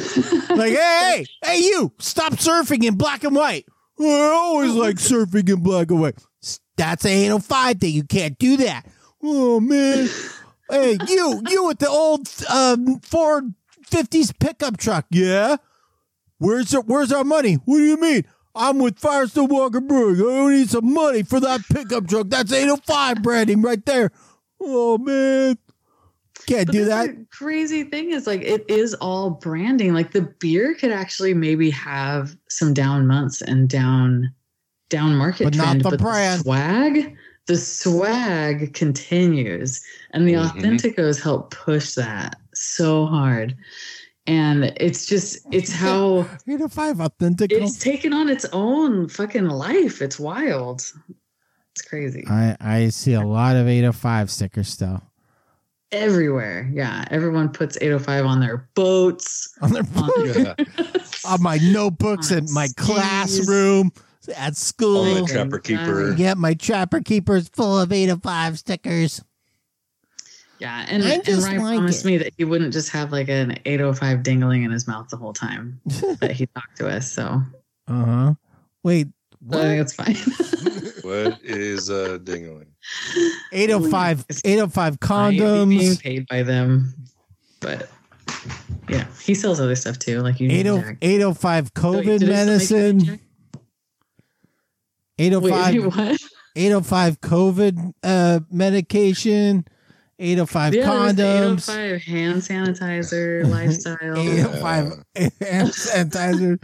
like, hey, hey, hey, you, stop surfing in black and white. I always like surfing in black and white. S- That's a 805 thing. You can't do that. Oh, man. hey, you, you with the old um, Ford 50s pickup truck. Yeah. Where's our, where's our money? What do you mean? I'm with Firestone Walker Brewing. I need some money for that pickup truck. That's 805 branding right there. Oh, man. Can't But do that's that. the crazy thing is like it is all branding. Like the beer could actually maybe have some down months and down down market But not trend, the but brand. the swag, the swag continues, and the Mhm. authenticos help push that so hard. And it's just it's how 805 authentic. it's taken on its own fucking life. It's wild. It's crazy. I I see a lot of 805 stickers still Everywhere. Yeah. Everyone puts 805 on their boats. Um, on their Yeah. on my notebooks in my classroom at On school. the trapper keeper. yeah, my trapper keeper's full of 805 stickers. Yeah, and, I and just Ryan like promised it. me that he wouldn't just have like an 805 dingling in his mouth the whole time that he talked to us. So Uh huh. Wait, I think what? it's fine. What is a dingling? 805 805 I hate being condoms. paid by them, but yeah, he sells other stuff too. Like you, 80- 805 Oh, COVID oh medicine. 805. Wait, 805 what? 805 COVID uh, medication. 805 Yeah, oh there condoms. was the 805 hand sanitizer lifestyle. Eight oh five hand sanitizer.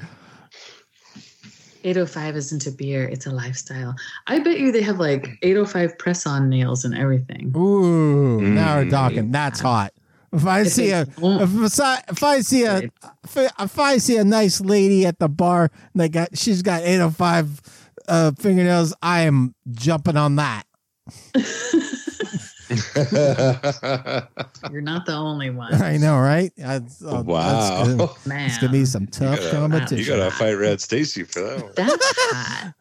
805 isn't a beer, it's a lifestyle. I bet you they have like 805 press on nails and everything. Ooh, now we're Mm. talking. That's hot. If I If see they a don't- if, I saw- if I see a if I- if I see a nice lady at the bar, and they got she's got eight oh five uh, fingernails. I am jumping on that. You're not the only one. I know, right? I, oh, wow. that's gonna, Man. it's gonna be some tough gotta- You competition. gotta fight Red Stacy for that one. That's hot.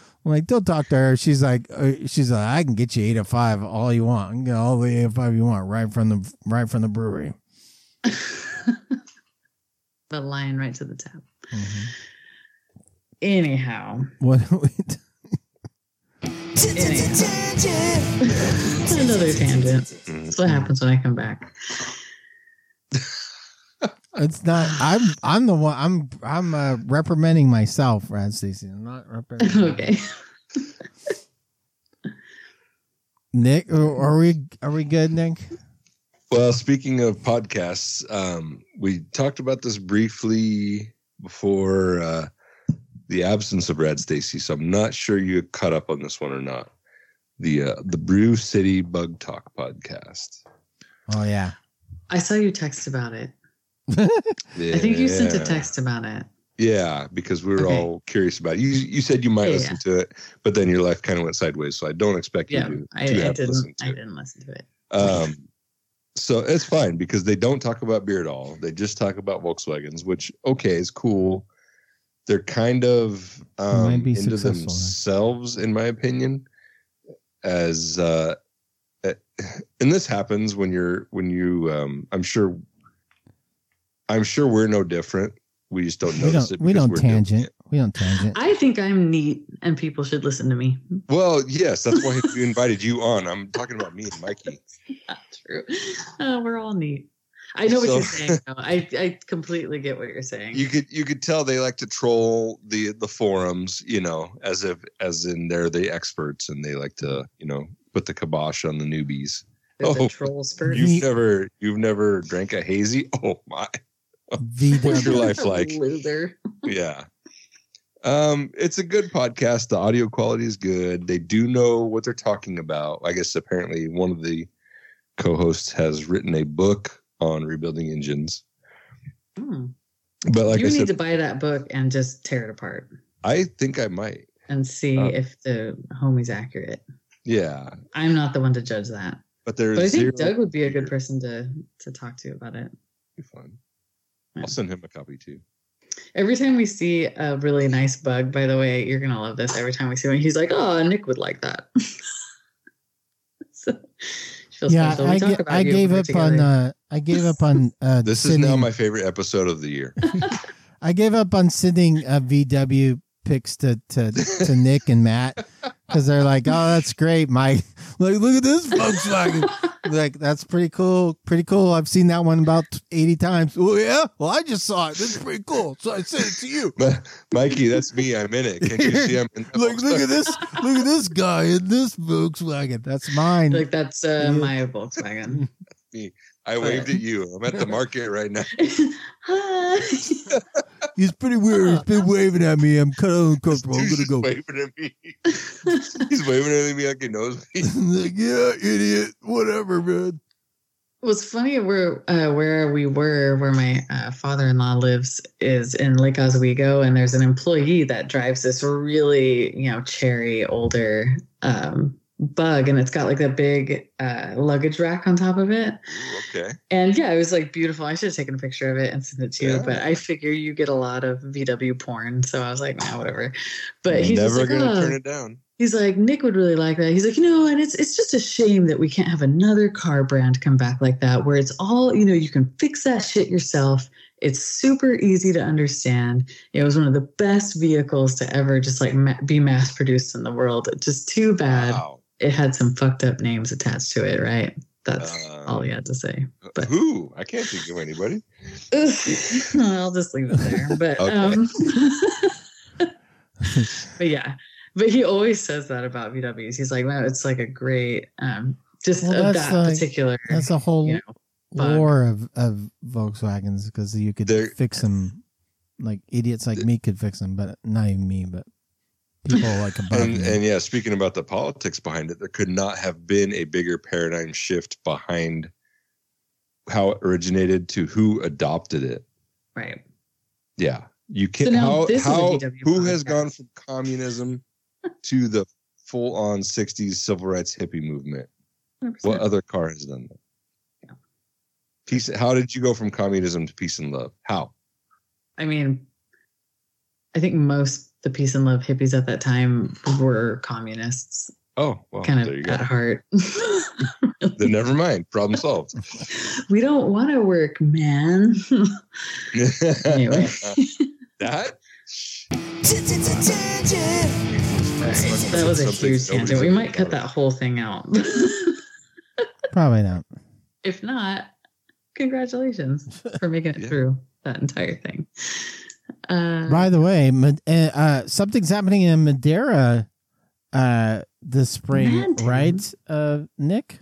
like they'll talk to her. She's like, uh, she's like, I can get you eight of five all you want. I can get all the eight of five you want right from the right from the brewery. The line right to the top. Mhm. Anyhow. What? Another tangent. That's what happens when I come back. It's not. I'm. I'm the one. I'm. I'm uh, reprimanding myself, Rad Stacy. I'm not reprimanding. okay. Nick, are- are we? Are we good, Nick? Well, speaking of podcasts, um, we talked about this briefly before uh, the absence of Rad Stacy, so I'm not sure you caught up on this one or not. The uh, the Brew City Bug Talk podcast. Oh yeah. I saw you text about it. I think you sent a Yeah. text about it. Yeah, because we were Okay. all curious about it. you. You said you might Yeah, listen to it, but then your life kind of went sideways. So I don't expect Yeah, you I, to, to I have didn't. listened to I it. didn't listen to it. Um, so it's fine because they don't talk about beer at all. They just talk about Volkswagens, which okay is cool. They're kind of um, might be into successful, huh? themselves, in my opinion. As uh, eh, and this happens when you're when you um, I'm sure I'm sure we're no different. We just don't We notice don't. it. We because don't we're doing tangent. it. We don't tangent. I think I'm neat, and people should listen to me. Well, yes, that's why we invited you on. I'm talking about me and Mikey. Not true. Uh, we're all neat. I know what So- you're saying. Though. I I completely get what you're saying. you could you could tell they like to troll the the forums you know as if as in they're the experts and they like to you know put the kibosh on the newbies There's oh, a troll spurt. you've Ye- never you've never drank a hazy oh my what's VW. your life like Loser. yeah um it's a good podcast the audio quality is good they do know what they're talking about i guess apparently one of the co-hosts has written a book on rebuilding engines Hmm. but like you i need said to buy that book and just tear it apart i think i might and see Uh, if the homie's accurate. yeah I'm not the one to judge that, but there's but I zero think Doug would be a good fear. person to to talk to about it. be fun. Yeah. I'll send him a copy too. Every time we see a really nice bug, by the way, you're gonna love this. Every time we see one, he's like, "Oh, Nick would like that." so, she feels Yeah, special. We I, talk ga- about I you when gave we're up on. together. Uh, I gave up on. Uh, This sending, is now my favorite episode of the year. I gave up on sending uh, VW pics to to, to Nick and Matt because they're like, oh, that's great, Mike. Like, look at this Volkswagen. like that's pretty cool pretty cool i've seen that one about 80 times oh yeah well i just saw it this is pretty cool so i sent it to you Mi- Mikey, that's me. I'm in it. Can't you see I'm in that like look at this look at this guy in this volkswagen that's mine like that's uh, Yeah. my Volkswagen. I waved at you. I'm at the market right now. Hi. he's pretty weird he's been waving at me i'm kind of uncomfortable i'm He's gonna just go waving at me. He's waving at me like he knows me. like yeah idiot whatever man What's funny where uh, where we were, where my uh, father in law lives, is in Lake Oswego, and there's an employee that drives this really you know cherry older um, bug, and it's got like a big uh, luggage rack on top of it. Ooh, okay. And yeah, it was like beautiful. I should have taken a picture of it and sent it to you, Yeah. but I figure you get a lot of VW porn, so I was like, nah, whatever. But he's just never like, gonna uh, "Oh." turn it down. He's like, Nick would really like that. He's like, you know, and it's it's just a shame that we can't have another car brand come back like that, where it's all, you know, you can fix that shit yourself. It's super easy to understand. It was one of the best vehicles to ever just like ma- be mass produced in the world. Just too bad Wow. it had some fucked up names attached to it, right? That's Uh, all he had to say. but- Who? I can't think of anybody. I'll just leave it there. But Okay. um, but yeah, but he always says that about VWs. He's like, wow, it's like a great um, just Well, of that's that like- particular. that's a whole you know, bug. lore of, of volkswagens because you could They're- fix them like idiots like me could fix them, but not even me, but people like above And, me. and yeah, speaking about the politics behind it, there could not have been a bigger paradigm shift behind how it originated to who adopted it. Right. Yeah. You can't now how, this is a how VW who has podcast. gone from communism to the full on sixties civil rights hippie movement? 100%. What other car has done that? Yeah. Peace how did you go from communism to peace and love? How? I mean, I think most the peace and love hippies at that time were communists, Oh well kind there you of go. at heart. Then never mind. Problem solved. we don't want to work, man. anyway, that that was Something a huge nobody's tangent. We ever might cut thought that of. whole thing out. Probably not. if not, congratulations for making it Yeah. through that entire thing. Uh, By the way, Ma- uh, uh, something's happening in Madeira uh, this spring, Madden. right, uh, Nick?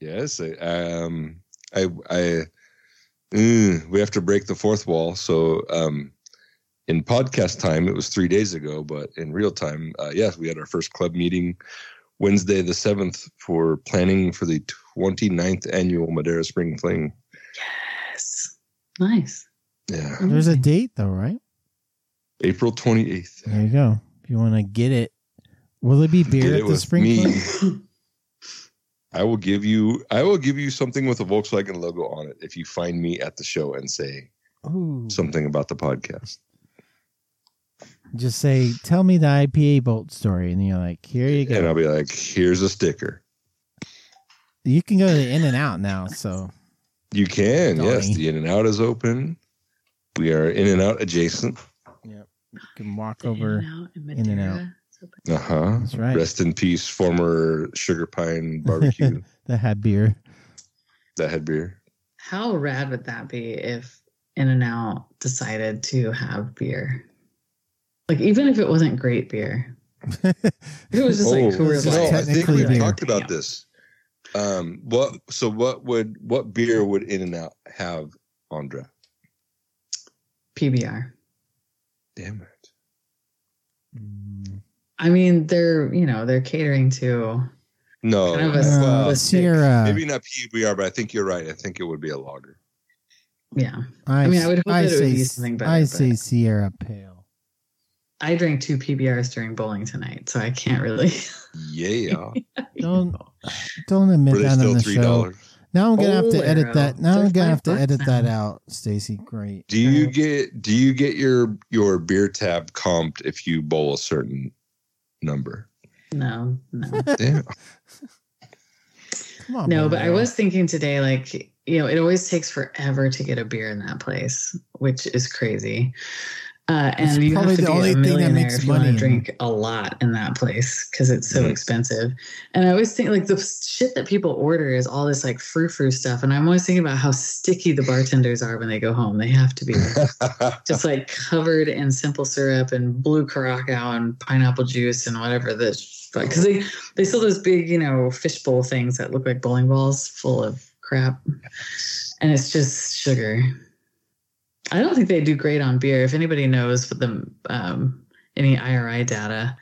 Yes, I, um, I, I, mm, we have to break the fourth wall. So, um, in podcast time, it was three days ago, but in real time, uh, yes, we had our first club meeting Wednesday the seventh for planning for the 29th annual Madeira Spring Fling. yes. Nice. Yeah, There's a Amazing. date, though, right? April 28th. There you go. If you want to get it, will it be Get beer it at the with spring? me. fling? I will give you. I will give you something with a Volkswagen logo on it if you find me at the show and say Ooh. something about the podcast. Just say, tell me the IPA bolt story, and you're like, here you And go. I'll be like, "Here's a sticker." You can go to the In and Out now. So You can, Donnie. yes. The In and Out is open. We are In and Out adjacent. you can walk The over. In-N-Out in In-N-Out. Madeira. Uh huh. That's right. Rest in peace, former Sugar Pine Barbecue that had beer. that had beer. How rad would that be if In and Out decided to have beer? Like even if it wasn't great beer, if it was Oh. just like Coors no, Light. I think we Technically beer. talked about this. Um, what? So what would what beer would In and Out have, Andra? PBR. Damn it! Mm. I mean, they're you know they're catering to No, Kind of a- well, Uh, Sierra. maybe not PBR, but I think you're right. I think it would be a lager. yeah. I, mean, I would hope I that it would say, be something better, I but- say Sierra Pale. I drank two PBRs during bowling tonight, so I can't really. Yeah, Don't don't admit were they that on still the three show. dollars? Now I'm gonna have to Bolero. edit that. Now I'm They're gonna have to five Oh, bucks edit that now. out, Stacy. Great. Do you get do you get your your beer tab comped if you bowl a certain number? no, no, Damn. Come on, no. But I Bolero. was thinking today, like you know, it always takes forever to get a beer in that place, which is crazy. Uh, It's and you probably have to the be only a thing that millionaire makes if you want money Mm-hmm. to in- drink a lot in that place because it's so Mhm. expensive. And I always think like the shit that people order is all this like frou frou stuff, and I'm always thinking about how sticky the bartenders are when they go home. They have to be. just like covered in simple syrup and blue curacao and pineapple juice and whatever this because they they sell those big you know fishbowl things that look like bowling balls full of crap and it's just sugar i don't think they do great on beer if anybody knows with the um, any iri data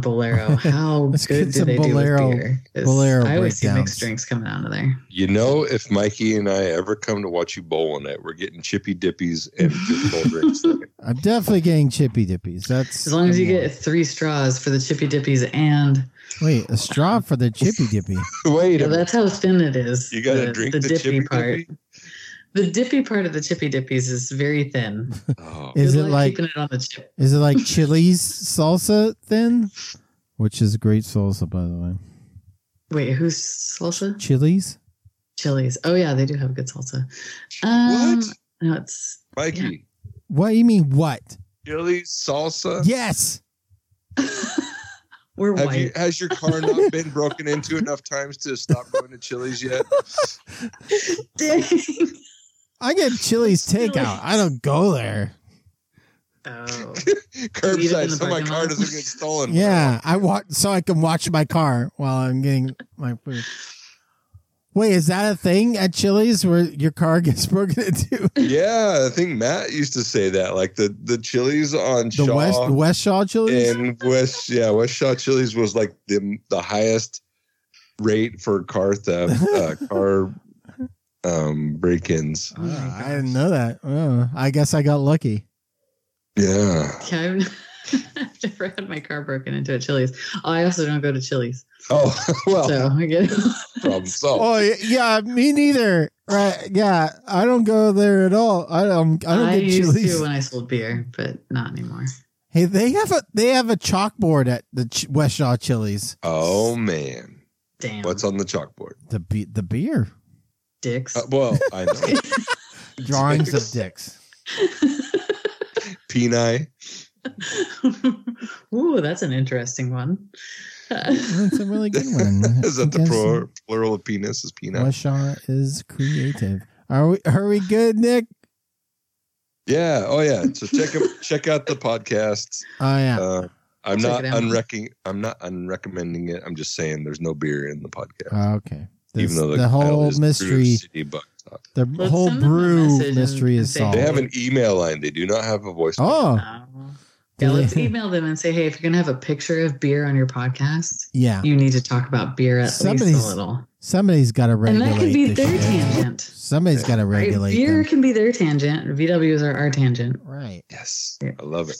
bolero how Let's get good do some they do Bolero- with beer 'Cause Bolero i always see breakdowns. mixed drinks coming out of there you know, if Mikey and I ever come to watch you bowl one night, we're getting chippy dippies and just bowl drinks. I'm definitely getting chippy dippies. That's as long as you get three straws for the chippy dippies and wait a straw for the chippy dippy. Wait Yeah, a minute. that's how thin it is. You gotta drink the, chippy part. dippy. The dippy part of the chippy dippies is very thin. Oh, Is Good it luck like keeping it on the chip? is it like chili's salsa then? Which is great salsa, by the way. Wait, who's salsa? Chili's. Chili's. Oh yeah, they do have good salsa. Um, what? No, it's Mikey, What do you mean? What? chili salsa? Yes. we're Have white. you, has your car not been broken into enough times to stop going to Chili's yet? Dang. I get Chili's takeout. I don't go there. oh, Leave it in Curbside, the so my parking car lot. doesn't get stolen. Yeah, I watch so I can watch my car while I'm getting my food. Wait, is that a thing at Chili's where your car gets broken into? Yeah, I think Matt used to say that. Like the the Chili's on The Shaw West West Shaw Chili's. and West, yeah, West Shaw Chili's was like the the highest rate for car theft, uh, car um, break-ins. Oh my Ah, I gosh. didn't know that. Oh, I guess I got lucky. Yeah. Yeah, I've, I've never had my car broken into at Chili's. Oh, I also don't go to Chili's. Oh well, so I get problem solved. Oh y- yeah, me neither. Right? Yeah, I don't go there at all. I don't. I don't I get used Chili's. to when I sold beer, but not anymore. Hey, they have a they have a chalkboard at the Ch- West Shaw Chili's. Oh man, Damn. what's on the chalkboard? The be- the beer dicks? Uh, well, I know drawings of dicks. Uh, peni. Ooh, that's an interesting one. Uh, That's a really good one. Is that the Because plural, plural of penis? Is peni? West Shaw is creative. Are we are we good, Nick? Yeah. Oh yeah. So check out- check out the podcast. Oh yeah. Uh, I'm Check not it out. unrecking. I'm not unrecommending it. I'm just saying there's no beer in the podcast. Oh, okay. Uh, even This- though the, the, whole title is Brew mystery, City Buck Talk. the Let's whole send them a brew message and- mystery and is say- solved. They have an email line. They do not have a voice. oh um, yeah, let's email them and say, hey, if you're going to have a picture of beer on your podcast, yeah. you need to talk about beer at Somebody's least a little. Somebody's got to And regulate. that could be this their shit. tangent. Somebody's got to Right? regulate. Beer them. can be their tangent. VWs are our tangent. Right. Yes, Yeah. I love it.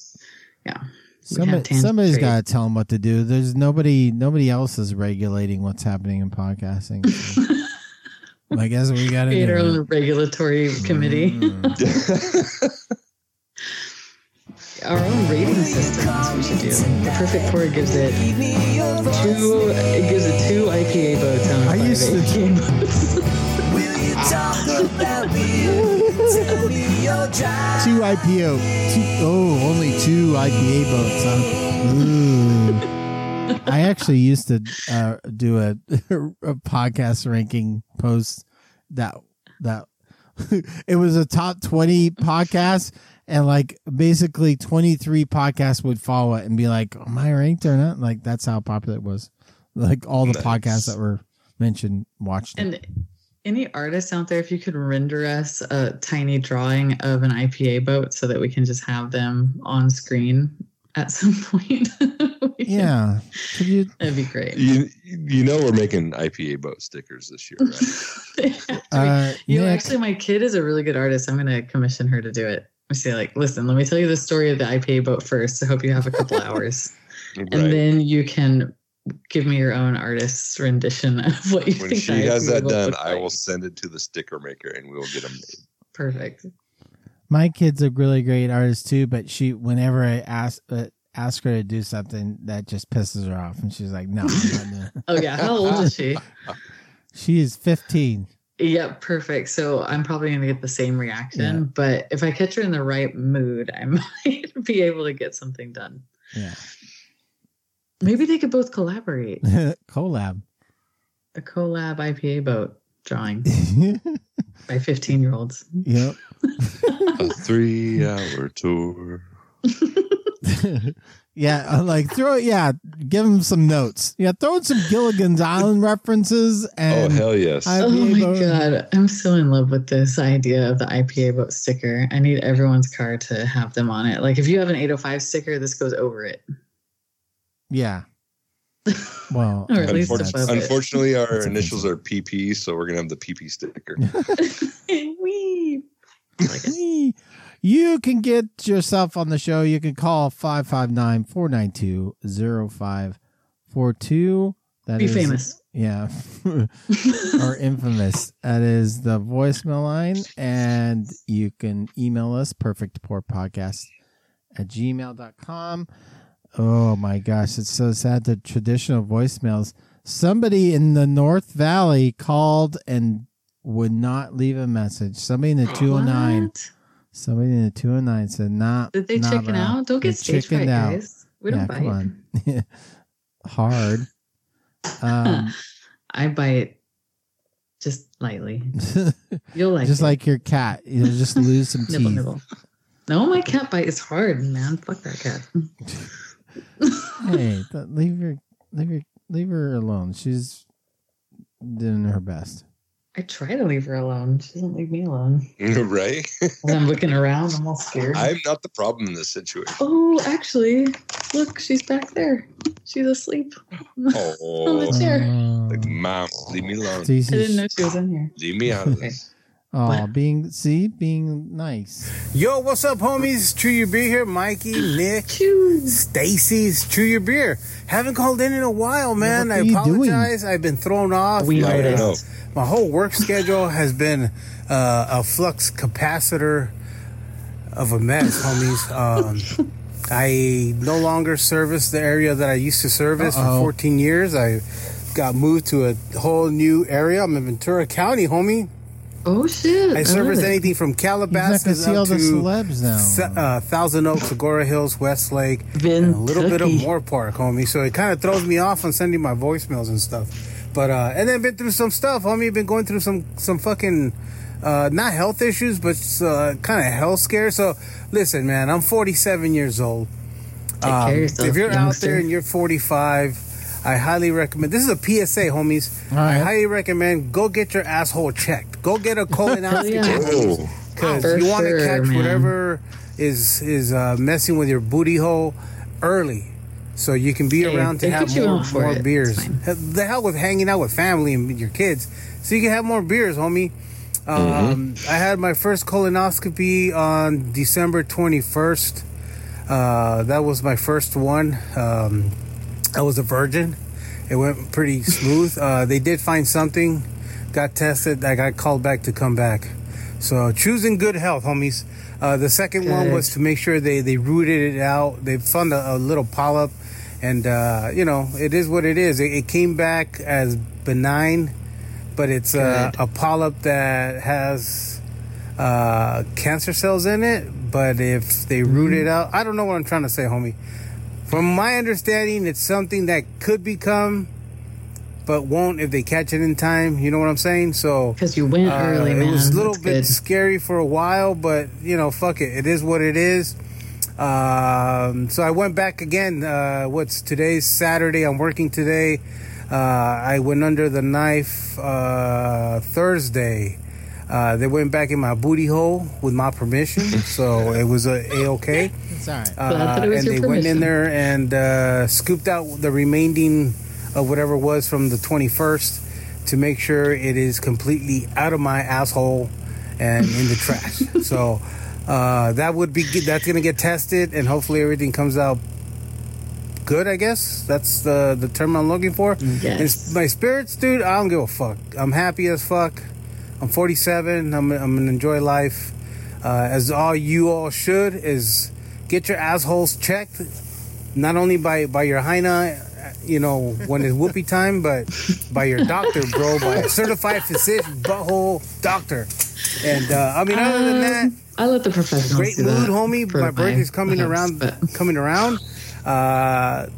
We have Somebody, tangent somebody's trade. got to tell them what to do. There's nobody. Nobody else is regulating what's happening in podcasting. So I guess we got to Create our do own regulatory it. committee, Mm. our own rating systems. We should do. The perfect pour gives it two. It gives it two IPA votes out of I five used to- IPA votes. Two IPO. Two, oh, only two IPA boats. Huh? Ooh. Mm. I actually used to uh, do a, a podcast ranking post that that it was a top twenty podcast, and like basically twenty three podcasts would follow it and be like, "Am I ranked or not?" Like that's how popular it was. Like all the Nice. podcasts that were mentioned watched. it. And any artists out there, if you could render us a tiny drawing of an IPA boat so that we can just have them on screen at some point, we can- yeah, could you? that'd be great. You you know we're making IPA boat stickers this year, right? They have to be Uh, You know, Nick? actually, my kid is a really good artist. I'm going to commission her to do it. I say, like, listen, let me tell you the story of the IPA boat first. I hope you have a couple hours, and right. then you can give me your own artist's rendition of what you When think. she the has IPA that boat done, looks I like. will send it to the sticker maker, and we will get them made. Perfect. my kid's a really great artist too, but she whenever I ask uh, ask her to do something, that just pisses her off, and she's like, "No." I'm not doing it." Oh yeah, how old is she? she is fifteen. Yeah, perfect. So I'm probably going to get the same reaction, but if I catch her in the right mood, I might be able to get something done. Yeah, Maybe they could both collaborate. collab. The collab IPA boat drawing by 15 year olds. yep. A three-hour tour. yeah, I'm like throw it. Yeah, give him some notes. Yeah, throw in some Gilligan's Island references Oh and hell yes! I- Oh IPA my boat. god, I'm so in love with this idea of the IPA boat sticker. I need everyone's car to have them on it. Like if you have an 805 sticker, this goes over it. yeah. Well, Or at least Unfortunately, above it. unfortunately, our That's initials are PP, so we're gonna have the PP sticker. Wee. I like it. Wee. You can get yourself on the show. You can call 559 492 0542. That Be is- famous. Yeah. or infamous. That is the voicemail line. And you can email us perfectportpodcast at gmail.com. Oh my gosh. It's so sad. The traditional voicemails. Somebody in the North Valley called and would not leave a message. Somebody in the 209. What? Somebody in the 209 said, not. Did they not chicken bro. out? Don't get They stage fright, chickened out. guys. We don't Yeah, bite. come on. Hard. Um, I bite just lightly. You'll like just it. like your cat, you'll just lose some nibble teeth. nibble. No, my cat bite is hard, man. Fuck that cat. Hey, th- leave her, leave her, leave her alone. She's doing her best. I try to leave her alone. She doesn't leave me alone. right? And I'm looking around. I'm all scared. I'm not the problem in this situation. oh, actually, look, she's back there. She's asleep. Oh, Sure. like, mom, leave me alone. Um, See, I didn't she's- know she was in here. Leave me out of this. Aw, being see, being nice. Yo, what's up, homies? True Your Beer here. Mikey, Nick, Chew. Stacy's True Your Beer. Haven't called in in a while, man. what I are you doing? apologize. I've been thrown off. We my, I don't noticed. know. my whole work schedule has been uh, a flux capacitor of a mess, homies. Um, I no longer service the area that I used to service Uh-oh. for 14 years. I got moved to a whole new area. I'm in Ventura County, homie. Oh shit! I service anything from Calabasas He's not up gonna see to all the celebs now. Se- Um, uh, Thousand Oaks, Agora Hills, Westlake, and a little bit of Kentucky. Moore Park, homie. So it kind of throws me off on sending my voicemails and stuff. But uh, and then been through some stuff, homie. Been going through some some fucking uh, not health issues, but uh, kind of health scare. So listen, man, I'm 47 years old. Um, Take care of yourself, if you're out youngster. there and you're 45, I highly recommend. This is a PSA, homies. I right. highly recommend go get your asshole checked. Go get a colonoscopy. yeah. Oh, Because For you want to sure, catch man. whatever is is uh, messing with your booty hole early, so you can be Hey, around to they have put you more, on for more it. It's beers. fine. The hell with hanging out with family and your kids, so you can have more beers, homie. Um, I had my first colonoscopy on December twenty first. Uh, that was my first one. Um, I was a virgin. It went pretty smooth. Uh, they did find something, got tested. I got called back to come back. So choosing good health, homies. Uh, the second one Good. was to make sure they, they rooted it out. They found a, a little polyp, and uh, you know it is what it is. It, it came back as benign, but it's uh, Good. a polyp that has uh, cancer cells in it. But if they root Mm-hmm. it out, I don't know what I'm trying to say, homie. From my understanding, it's something that could become, but won't if they catch it in time. You know what I'm saying? So Because you went uh, early, man. It was a little That's bit good. scary for a while, but you know, fuck it. It is what it is. Um, so I went back again. Uh, what's today's Saturday? I'm working today. Uh, I went under the knife uh, Thursday. Uh, they went back in my booty hole with my permission, so it was a okay. it's all uh, right. Glad that it was and your they went in permission. there and uh, scooped out the remaining of whatever was from the 21st to make sure it is completely out of my asshole and in the trash. so uh, that would be that's gonna get tested and hopefully everything comes out good. I guess that's the the term I'm looking for. Yes. And s- my spirits, dude. I don't give a fuck. I'm happy as fuck. I'm 47. I'm I'm gonna enjoy life, uh, as all you all should. Is get your assholes checked, not only by by your hyena, uh, you know when it's whoopee time, but by your doctor, bro, by a certified physician, butthole doctor. And uh, I mean, other than that, I let the professionals great do mood, that homie. for My birthday's coming hooks, around. but- Coming around. Uh,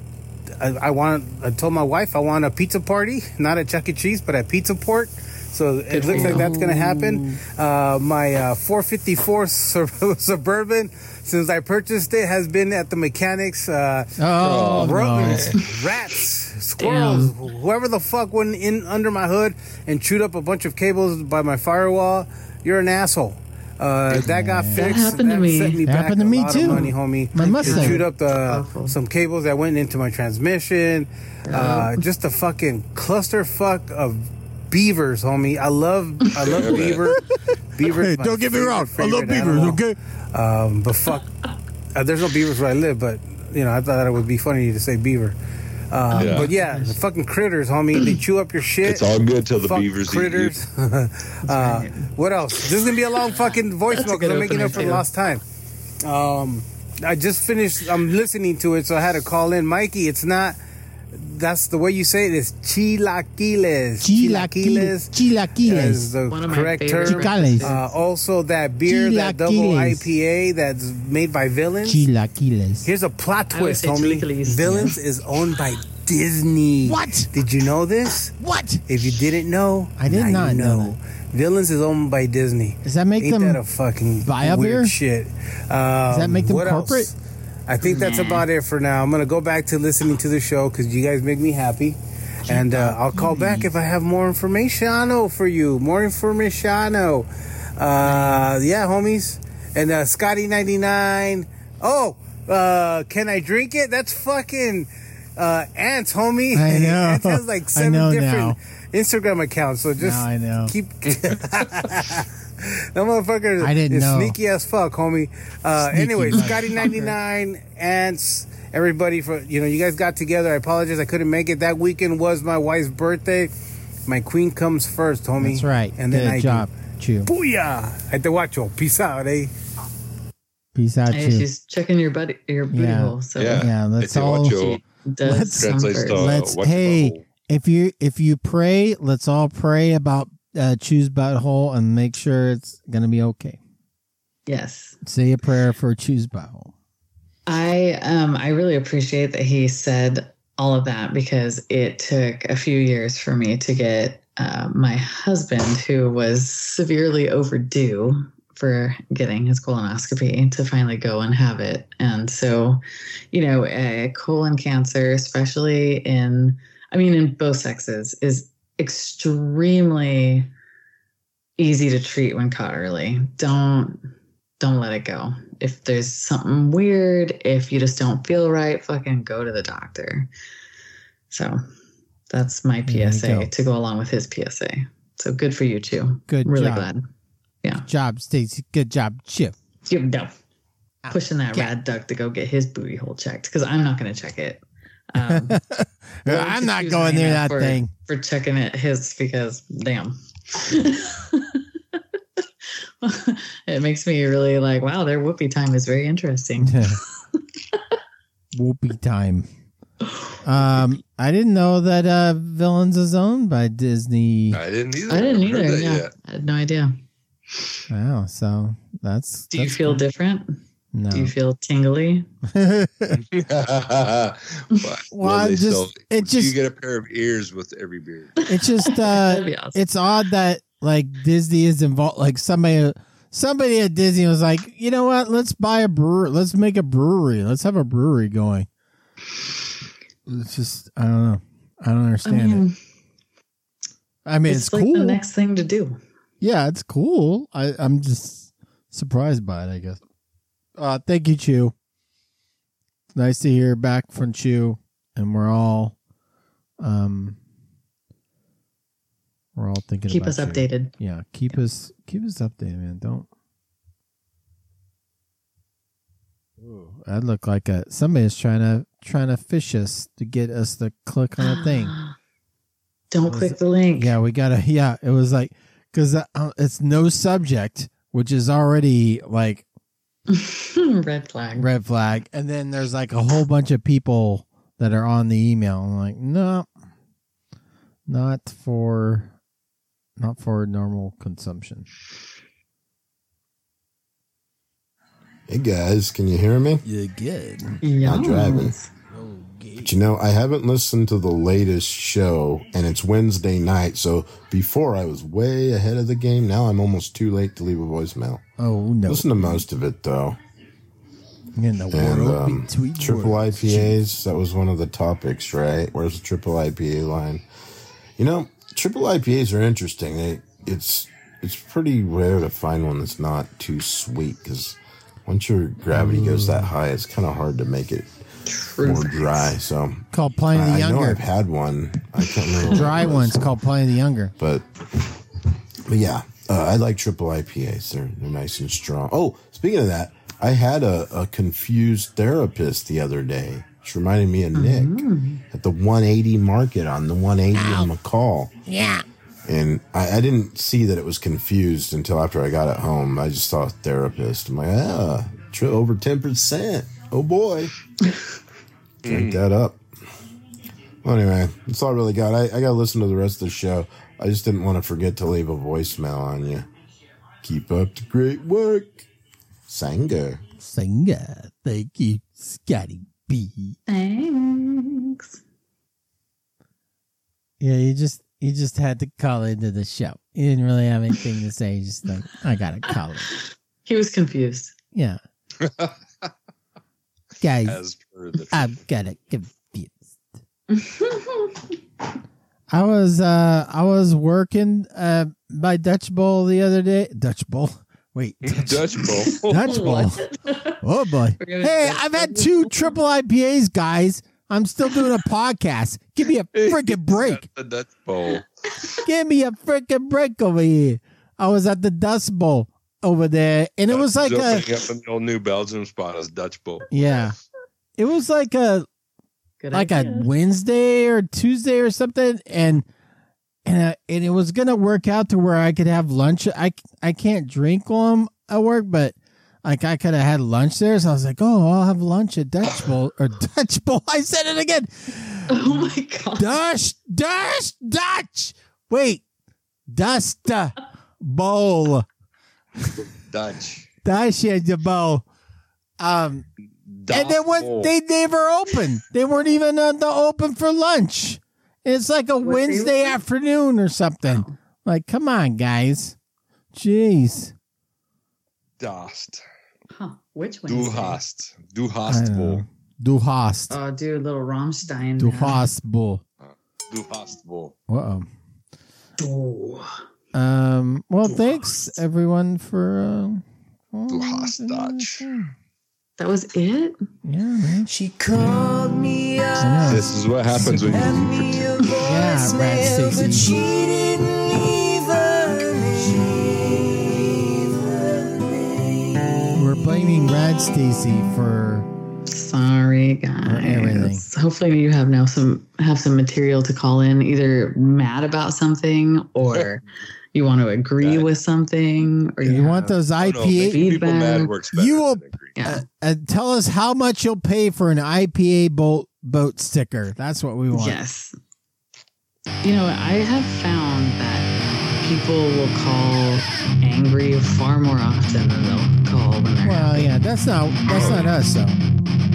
I, I want. I told my wife I want a pizza party, not at Chuck E. Cheese, but at Pizza Port. So it Good looks for like you. that's gonna happen. Uh, my uh, 454 Sub- Suburban, since I purchased it, has been at the mechanics. Uh, Oh, no. rodents, rats, squirrels, whoever the fuck went in under my hood and chewed up a bunch of cables by my firewall, you're an asshole. Uh, that got fixed. happened to That me. Sent me That back happened to a me, lot too. Of money, homie. My It Mustang. chewed up the, Awful. some cables that went into my transmission. Uh, just a fucking clusterfuck of beavers, homie. I love, I love Yeah, man. beaver. Beaver. Hey, is my don't get me favorite, wrong. I love favorite beavers, animal. okay? Um, but fuck, uh, there's no beavers where I live, but you know, I thought it would be funny to say beaver. Uh, Yeah. But yeah, the fucking critters, homie, they chew up your shit. It's all good till the Fuck beavers eat you. critters. uh, what else? This is gonna be a long fucking That's a voicemail good because I'm making opener, up for too. lost time. Um, I just finished. I'm listening to it, so I had to call in, Mikey. It's not. That's the way you say it. It's chilaquiles. Chilaquiles. Chilaquiles. is the One of my correct favorite term. Chicales. Uh, also, that beer, that double Chilaquiles. IPA that's made by Villains. Chilaquiles. Here's a plot I would twist, say homie. chilaquiles, Villains is owned by Disney. What? Did you know this? What? If you didn't know, I did now you not know Villains is owned by Disney. Does that make Ain't them that a fucking buy a weird beer? shit? Um, Does that make them what else? corporate? I think that's Nah. about it for now. I'm gonna go back to listening to the show because you guys make me happy. And uh, I'll call back if I have more information for you. More information. Uh, yeah, homies. And uh, Scotty99. Oh, uh, can I drink it? That's fucking uh, Ants, homie. I know. Ants has I like seven know now. different Instagram accounts. So just Now I know. keep. That motherfucker I didn't is know. sneaky as fuck, homie. Uh, Sneaky anyway, motherfucker. Scotty ninety nine ants. Everybody for you know you guys got together. I apologize I couldn't make it. That weekend was my wife's birthday. My queen comes first, homie. That's right. And then Good I job, Chew. do. Booyah! At the watcho. Peace out, eh? Peace out, Hey, Chew. she's checking your buddy, your booty Yeah. hole. So Yeah. Yeah, let's Ete all. Wacho she does Let's- some translates first. to, uh, Let's- Wacho hey. Butthole. If you if you pray, let's all pray about uh, Chew's butthole and make sure it's gonna be okay. Yes. Say a prayer for Chew's butthole. I um I really appreciate that he said all of that because it took a few years for me to get uh, my husband, who was severely overdue for getting his colonoscopy, to finally go and have it. And so, you know, uh, colon cancer, especially in, I mean, in both sexes, is extremely easy to treat when caught early. Don't don't let it go. If there's something weird, if you just don't feel right, fucking go to the doctor. So that's my There you PSA go. to go along with his PSA. So good for you too. Good really job. glad. Job, Stacy. Good job, Chew. You know, pushing that Ah, Yeah. rad duck to go get his booty hole checked because I'm not going to check it. Um, Well, I'm to not choose going near Raina that for- thing. for checking it his because damn. it makes me really like, wow, their whoopee time is very interesting. Whoopie time. Um, I didn't know that uh, Villains is owned by Disney. I didn't either. I didn't haven't heard either. that Yeah. yet. I had no idea. Wow, so that's. Do you that's- feel different? No. Do you feel tingly? well, Well, I'm they just- sell- it you just get a pair of ears with every beer. it's just That'd uh, be awesome. it's odd that like Disney is involved. Like somebody somebody at Disney was like, you know what? Let's buy a brewer. Let's make a brewery. Let's have a brewery going. It's just I don't know. I don't I understand it. mean, I mean, it's, it's, like cool. the next thing to do. Yeah, it's cool. I, I'm just surprised by it, I guess. Uh, thank you, Chew. Nice to hear back from Chew, and we're all, um, we're all thinking. Keep about us you. updated. Yeah, keep us keep us updated, man. Don't. Ooh, that looked like a somebody's trying to trying to fish us to get us to click on a thing. Don't Was click it- the link. Yeah, we gotta. Yeah, it was like because uh, it's no subject, which is already like Red flag. red flag, and then there's like a whole bunch of people that are on the email. I'm like, no, not for, not for normal consumption. Hey guys, can you hear me? You good? Yeah. driving. But you know, I haven't listened to the latest show, and it's Wednesday night. So before I was way ahead of the game. Now I'm almost too late to leave a voicemail. Oh no! Listen to most of it though. In the And world um, between triple worlds. IPAs. That was one of the topics, right? Where's the triple IPA line? You know, triple IPAs are interesting. They, it's it's pretty rare to find one that's not too sweet because once your gravity goes Mm. that high, it's kind of hard to make it more dry. So called Pliny I, the I know I've Younger. had one. I can't remember. what Dry it was, ones called Pliny the Younger. but but yeah, uh, I like triple IPAs. They're they're nice and strong. Oh, speaking of that, I had a, a confused therapist the other day. She reminded me of Nick Mm-hmm. at the 180 market on the 180 on McCall. Yeah. And I, I didn't see that it was confused until after I got it home. I just saw therapist. I'm like, ah, tri- over 10%. Oh boy. Drink that up. Well, anyway, that's all I really got. I, I got to listen to the rest of the show. I just didn't want to forget to leave a voicemail on you. Keep up the great work. Sanger. Singer. Thank you, Scotty B. Thanks. Yeah, you just you just had to call into the show. You didn't really have anything to say. You just like I gotta call it. He was confused. Yeah, guys, As per the Uh, I'm gonna confused. I was uh I was working uh by Dutch Bowl the other day. Dutch Bowl. Wait. Dutch Bowl. Dutch Bowl. Oh boy. We're gonna Hey, Dutch I've had Bowl. two triple IPAs, guys. I'm still doing a podcast. Give me a freaking break. The Dutch Bowl. Give me a freaking break over here. I was at the Dust Bowl over there and it was like a opening up in the old New Belgium spot as Dutch Bowl. yeah. It was like a Good like idea. a Wednesday or Tuesday or something, and and uh, and it was gonna work out to where I could have lunch. I I can't drink while I'm at work, but like I could have had lunch there. So I was like, oh, I'll have lunch at Dutch Bowl or Dutch Bowl. I said it again, oh my god. Dutch Dutch Dutch. Wait, Dust Bowl, Dutch. Dutch Bowl. Um, and they Dutch went. Bowl. They never opened. They weren't even uh, the open for lunch. It's like a Were they Wednesday open? afternoon or something. Oh. Like, come on, guys. Jeez. Dast. Huh. Which Du Wednesday? hast. Du I hast don't Bowl. know. Du hast. Oh, dude, little Rammstein. du now. hast bull. Du hast Bowl. Uh Oh. oh. Um. Well, Du thanks hast. everyone for. Um, Du hast Dutch. Mm-hmm. That was it? Yeah, man. She called me I know. up, This is what happens when left you me a Brad voicemail, Stacy. but she didn't leave her name. We're blaming Brad Stacy for. Sorry, guys. everything. Hopefully, you have now some have some material to call in, either mad about something, or you want to agree Got it. with something, or You have- want those I don't know, IPA? making people mad Feedback. works better. You will- than agree. Yeah. uh, tell us how much you'll pay for an IPA boat boat sticker. That's what we want. Yes. You know, I have found that people will call angry far more often than they'll call when they're Well, yeah, that's not that's not us though.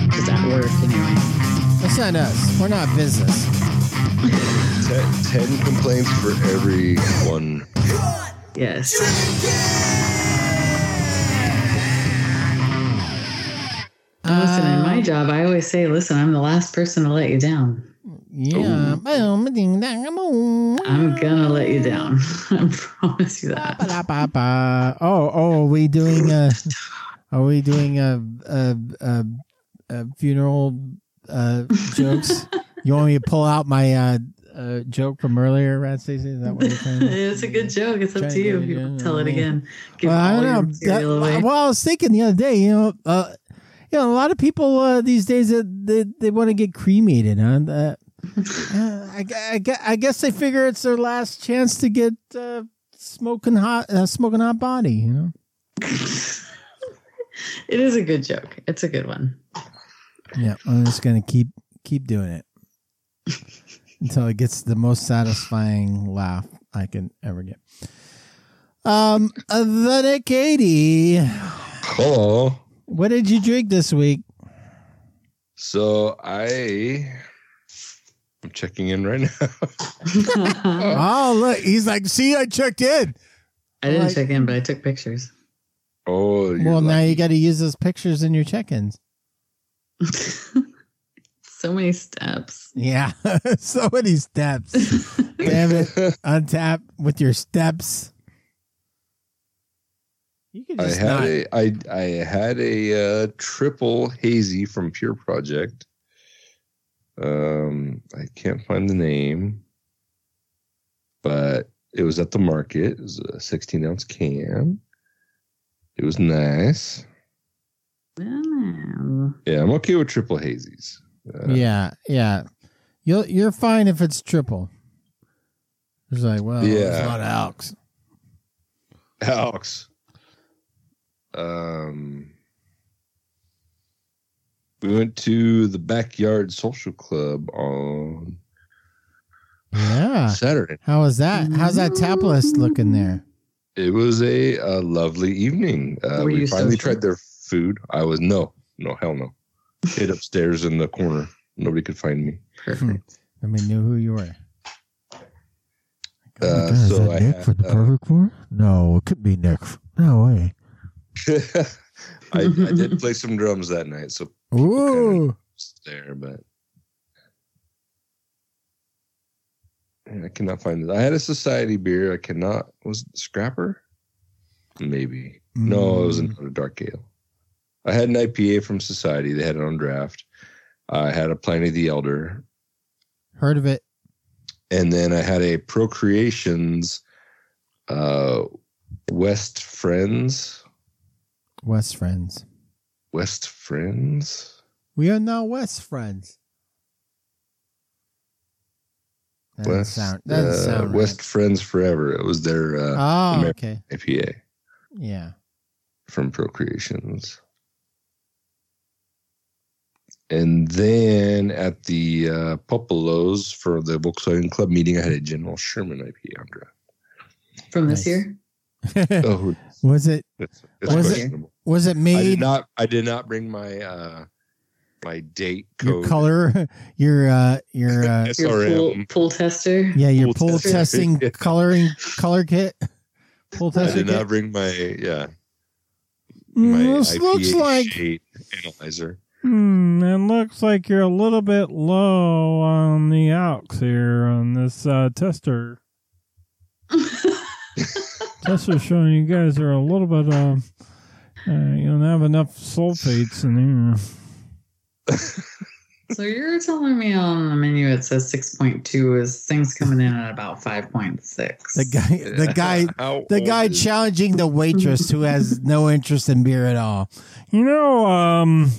because at work anyway. That's not us. We're not business. Ten, ten complaints for every one. Yes. Listen, in Uh, my job, I always say, listen, I'm the last person to let you down. Yeah. I'm gonna let you down. I promise you that. Ba-da-ba-ba. Oh, oh, are we doing a? Are we doing a a, a, a funeral uh, jokes? you want me to pull out my uh, uh, joke from earlier, Rad Stacy? Is that what you're saying? it's a good joke. It's up Trying to to you. get if it in, You tell it yeah. again. Give Well, I all don't your know. material That- away. well, I was thinking the other day, you know, uh, you know, a lot of people uh, these days uh, they they want to get cremated, huh? That- uh, I, gu- I, gu- I guess they figure it's their last chance to get uh, smoking hot, uh, smoking hot body. You know, It is a good joke. It's a good one. yeah. I'm just gonna keep keep doing it until it gets the most satisfying laugh I can ever get. Um, uh, the Nick eighty. Hello. What did you drink this week? So I, I'm checking in right now. I Oh, look, he's like, see, I checked in. didn't Like- check in, but I took pictures. Oh, you're well, now lucky. you got to use those pictures in your check-ins. so many steps. Yeah, so many steps. Damn it, untap with your steps. You can I just had not. a I I had a uh, triple hazy from Pure Project. Um, I can't find the name, but it was at the market. It was a 16 ounce can. It was nice. Mm. Yeah, I'm okay with triple hazies. Uh, Yeah, yeah. You'll you're fine if it's triple. It's like, well, there's Yeah. a lot of alks. Alex. Um, we went to the backyard social club on Yeah. Saturday. How is that? How's that tap list looking there? It was a, uh lovely evening. Uh, Were we you finally social? tried their food. I was no, no, hell no. Hid upstairs in the corner. Nobody could find me. Perfect. Nobody Hmm. knew who you were. Uh, God, is so that I Nick had, for the uh, perfect one? No, it could be Nick. No way. I, I did play some drums that night, so Ooh. it's there. But Man, I cannot find it. I had a society beer. I cannot. Was it Scrapper? Maybe. No, it was Mm. another dark ale. I had an IPA from Society. They had it on draft. I had a Pliny the Elder, Heard of it? and then I had a Procreations, uh, West Friends, West friends. West Friends. We are now West friends. That doesn't West, sound. That doesn't uh, sound right. West Friends Forever. It was their uh, Oh, Ameri- okay. IPA Yeah. from Procreations. And then at the uh, Popolos for the Volkswagen Club meeting, I had a General Sherman IPA on draft. From Nice. this year? Oh, was it? it's, it's Was it- questionable. Was it I did made? not. I did not bring my uh my date Your code. color. Your uh. Your uh. Your pool, SRM. pool tester? Yeah, your Pool pool tester. testing Yeah. coloring color kit. Pool I tester did not kit. bring my yeah my Mm, this IPA looks like shade analyzer. Hmm, it looks like you're a little bit low on the alks here on this uh, tester. Tester's showing you guys are a little bit, um, uh, you don't have enough sulfates in here. So you're telling me on the menu it says 6.2 is things coming in at about 5.6. the guy. The guy. How The old guy is- challenging the waitress who has no interest in beer at all. You know, um,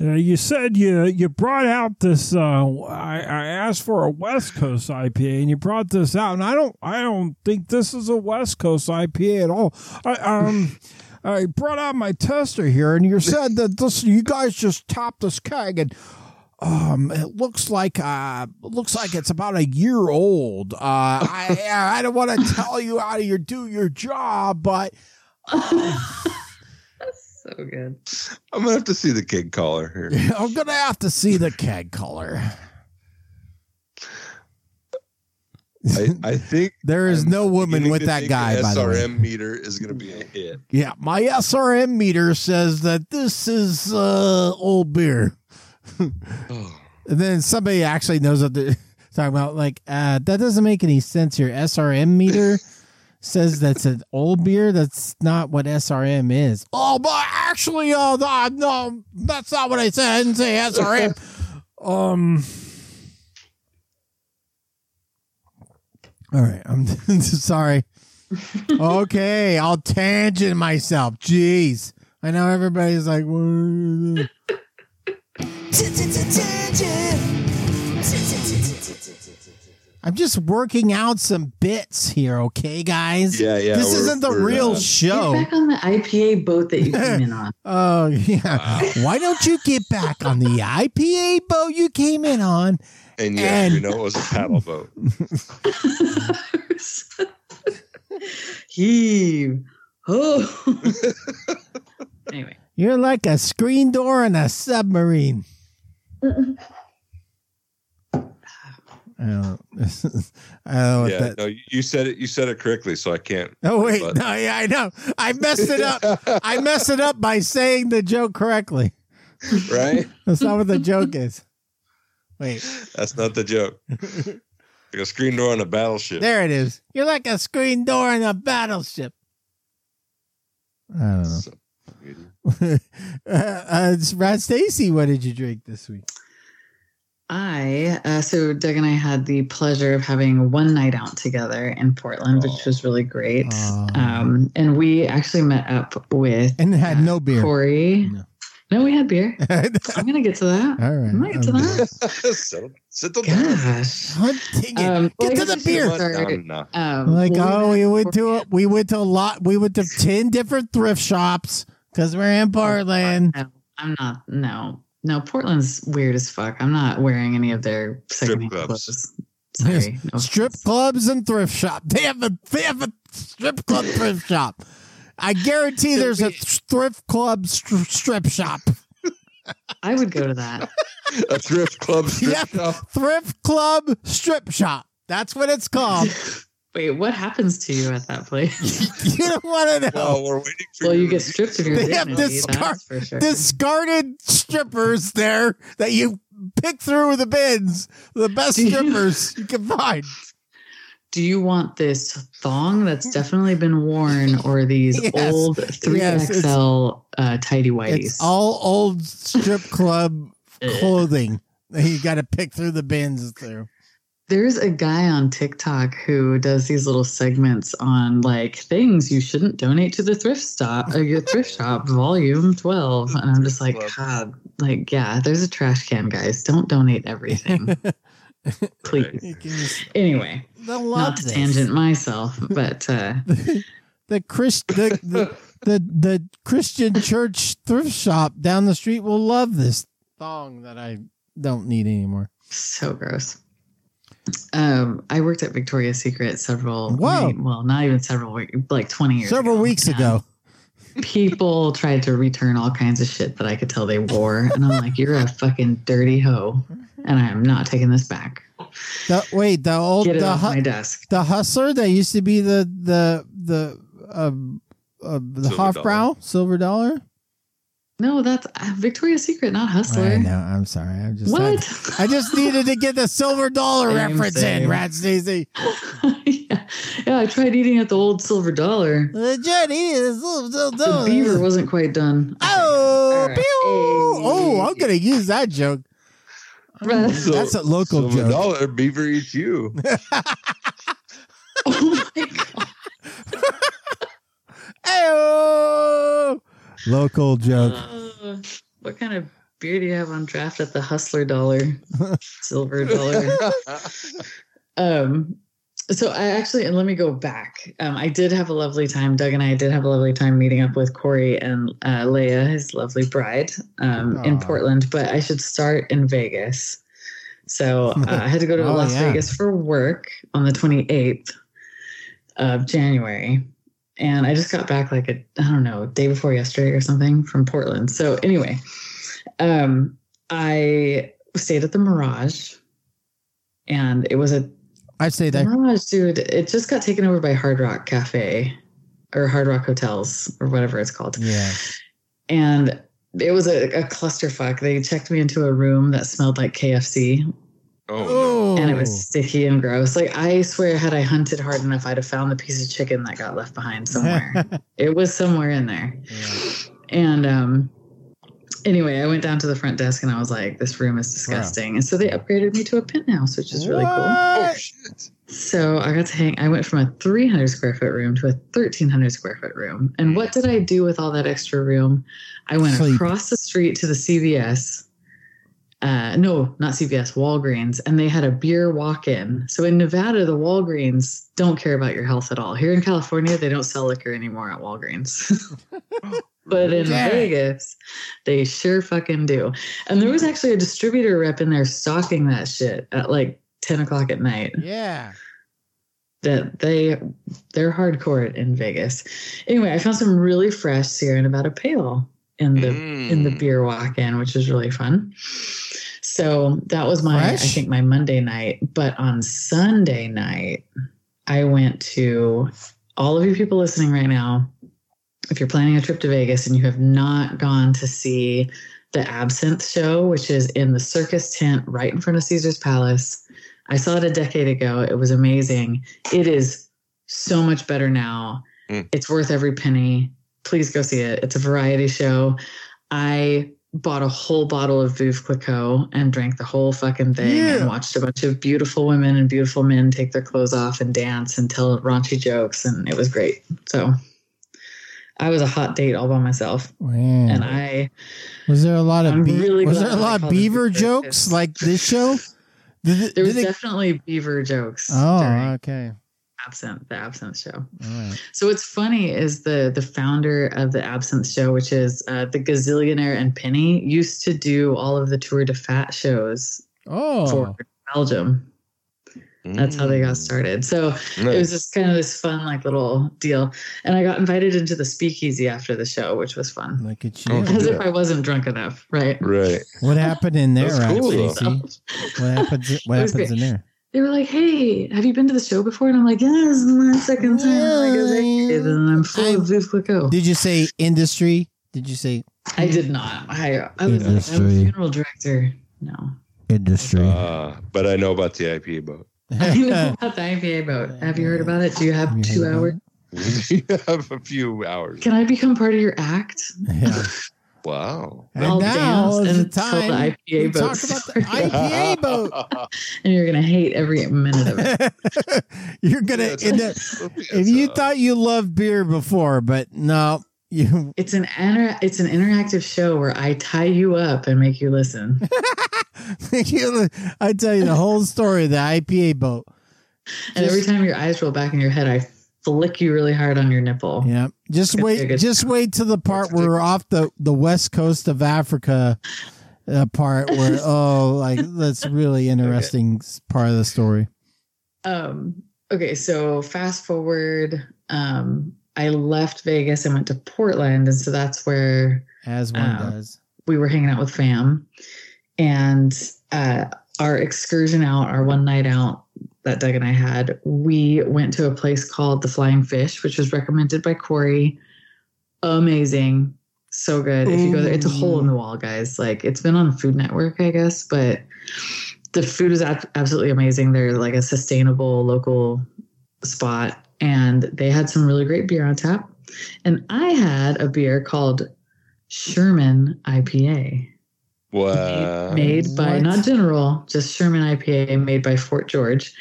uh, you said you you brought out this. Uh, I, I asked for a West Coast IPA, and you brought this out, and I don't I don't think this is a West Coast IPA at all. I um. I brought out my tester here, and you said that this you guys just topped this keg, and um, it looks like uh, looks like it's about a year old. Uh, I I don't want to tell you how to your, do your job, but That's so good. I'm gonna have to see the kid caller here. I'm gonna have to see the keg color. I, I think There is I'm no woman beginning with to that think guy, by the way. SRM meter is gonna be a hit. Yeah, my SRM meter says that this is uh, old beer. Oh, And then somebody actually knows what they're talking about. Like, uh, that doesn't make any sense. Your SRM meter says that's an old beer. That's not what SRM is. Oh, but actually, uh, no, no, that's not what I said. I didn't say SRM. um. All right, I'm sorry. Okay, I'll tangent myself. Jeez, I know everybody's like, "What?" I'm just working out some bits here, okay, guys? Yeah, yeah. this we're- isn't the we're, real uh, show. Get back on the IPA boat that you came in on. Oh, yeah. Why don't you get back on the IPA boat you came in on? and yes, we and- know it was a paddle boat. Heave. Oh. anyway. You're like a screen door in a submarine. I don't, I don't know yeah, what Oh, that. no, you- you said it. You said it correctly, so I can't. Oh wait, but- no, yeah, I know. I messed it up. I messed it up by saying the joke correctly. right? That's not what the joke is. Wait, That's not the joke. Like a screen door on a battleship. there it is. You're like a screen door in a battleship. I don't know. So- uh, uh, Rod Stacy, what did you drink this week? I, uh, so Doug and I had the pleasure of having one night out together in Portland, which was really great. Oh. Um, and we actually met up with And had Uh, no beer. All Corey. No. No. we had beer. right. I'm going to get to that. I'm I'm going to get to that. Settle, settle down. Gosh. Hunting it. Um, Get like to I the said, beer. sorry. no. Um, Like, oh, we went to a, it. we went to a lot. We went to ten different thrift shops because we're in Portland. No, I'm not. No, no. Portland's weird as fuck. I'm not wearing any of their secondhand clubs. clothes. Sorry. No Strip offense. clubs and thrift shop. They have a they have a strip club thrift shop. I guarantee there's a thrift club stri- strip shop. I would go to that. A thrift club strip Yep. shop. Thrift club strip shop. That's what it's called. Wait, what happens to you at that place? You don't want to know. Well, we're waiting for well, your you get stripped of your They have dignity. discard- that's for sure. discarded strippers there that you pick through the bins. The best Do you- strippers you can find. do you want this thong that's definitely been worn or these Yes. old 3XL uh, tidy whities? It's all old strip club Eh. clothing. that You got to pick through the bins through. There's a guy on TikTok who does these little segments on like things you shouldn't donate to the thrift stop, or your thrift shop, volume 12. And I'm just like, God, like, yeah, there's a trash can, guys. Don't donate everything, please. You can just- Anyway, I love not to this. tangent myself, but uh, The Chris the, the, the the Christian church thrift shop down the street will love this thong that I don't need anymore. so gross. Um, I worked at Victoria's Secret several, Whoa. well, not even several, week- like 20 years Several ago. weeks Yeah. ago. people tried to return all kinds of shit that I could tell they wore. And I'm like, you're a fucking dirty hoe. And I am not taking this back. The, wait, the old Get it the, off my hu- desk. the hustler that used to be the the the um uh, the Silver Hofbrau silver dollar. No, that's uh, Victoria's Secret, not I Hustler. know. I'm sorry. I'm just What? I just needed to get the silver dollar Same, reference in, same. Rat Stacy. yeah. yeah, I tried eating at the old Silver Dollar. Legit, he is little, little, The little. beaver wasn't quite done. Oh, All right. pew. oh, I'm Hey. gonna use that joke. Russ. So- That's a local Silver joke. dollar beaver eats you. Oh my God. Hey, local joke. Uh, what kind of beer do you have on draft at the Hustler Dollar? Silver Dollar. um so i actually and let me go back um i did have a lovely time doug and i did have a lovely time meeting up with corey and uh, leia his lovely bride um in Aw. portland but i should start in vegas so uh, i had to go to Oh, las yeah. vegas for work on the 28th of january and i just got back like a i don't know day before yesterday or something from portland so anyway um i stayed at the mirage and it was a I'd say the that. Mirage, dude, it just got taken over by Hard Rock Cafe or Hard Rock Hotels or whatever it's called. Yeah. And it was a, a clusterfuck. They checked me into a room that smelled like KFC Oh, and it was sticky and gross. Like, I swear, had I hunted hard enough, I'd have found the piece of chicken that got left behind somewhere. it was somewhere in there. And um, anyway, I went down to the front desk and I was like, this room is disgusting. And so they upgraded me to a penthouse, which is really cool. no. What? oh shit. So I got to hang. I went from a 300 square foot room to a 1300 square foot room. And what did I do with all that extra room? I went Sleep. across the street to the CVS. Uh, no, not CVS, Walgreens, and they had a beer walk-in. So in Nevada, the Walgreens don't care about your health at all. Here in California, they don't sell liquor anymore at Walgreens. but in Yeah. Vegas, they sure fucking do. And there was actually a distributor rep in there stocking that shit at like 10 o'clock at night Yeah. that they they're hardcore in Vegas. Anyway, I found some really fresh Sierra Nevada Pale in the in the Mm. beer walk-in, which was really fun. So that was my I Fresh? think my Monday night. But on Sunday night, I went to all of you people listening right now. If you're planning a trip to Vegas and you have not gone to see the Absinthe show, which is in the circus tent right in front of Caesar's Palace, I saw it a decade ago. It was amazing. It is so much better now. Mm. It's worth every penny. Please go see it. It's a variety show. I bought a whole bottle of Veuve Clicquot and drank the whole fucking thing Yeah. and watched a bunch of beautiful women and beautiful men take their clothes off and dance and tell raunchy jokes. And it was great. So I was a hot date all by myself. Mm. And I was there a lot of I'm be- really was glad there a I lot of called it beaver Beaver jokes Jokes. like this show? Did it, there was did it, definitely beaver jokes during oh, okay. absent the absent show. All right. So what's funny is the the founder of the Absinthe Show, which is uh, the gazillionaire and Penny, used to do all of the tour de fat shows Oh, for Belgium. Mm. That's how they got started. So it was just kind of this fun like little deal, and I got invited into the speakeasy after the show, which was fun. look at Okay. you. As if I wasn't drunk enough, right? Mm. Right. What happened in there, That's Rat cool, though. Stacy? What happens? What It was happens in great. there? they were like, "Hey, have you been to the show before?" And I'm like, "Yeah, this is my second time." Like, I was like, Really? "And I'm full of Veuve Clicquot." Did you say industry? Did you say I did not. I I was, like, I'm a Industry. funeral director. No. industry? Uh, but I know about the IPA boat. I know about the IPA boat. Have you heard about it? Do you have You two heard about it? hours? you have a few hours. Can I become part of your act? Yeah. Wow. And I'll now dance is the until the time IPA we talk boat about the starts. IPA boat. And you're gonna hate every minute of it. You're gonna That's- end up. If you uh, thought you loved beer before, but no, you It's an inter- it's an interactive show where I tie you up and make you listen. you- I tell you the whole story of the IPA boat. And every time your eyes roll back in your head, I flick you really hard on your nipple. Yeah, just It's a wait. good- Just wait till the part where we're off the the west coast of Africa. uh part where oh, like that's really interesting s- part of the story. Um, okay, so fast forward. Um, I left Vegas and went to Portland, and so that's where As one Oh. does. we were hanging out with fam, and uh, our excursion out, our one night out that Doug and I had, we went to a place called the Flying Fish, which was recommended by Corey. Amazing, so good. If you go there, it's a hole in the wall, guys. Like it's been on Food Network, I guess, but the food is ab- absolutely amazing. They're like a sustainable local spot, and they had some really great beer on tap. And I had a beer called Sherman IPA Wow. made by Uh, what? not General, just Sherman IPA made by Fort George.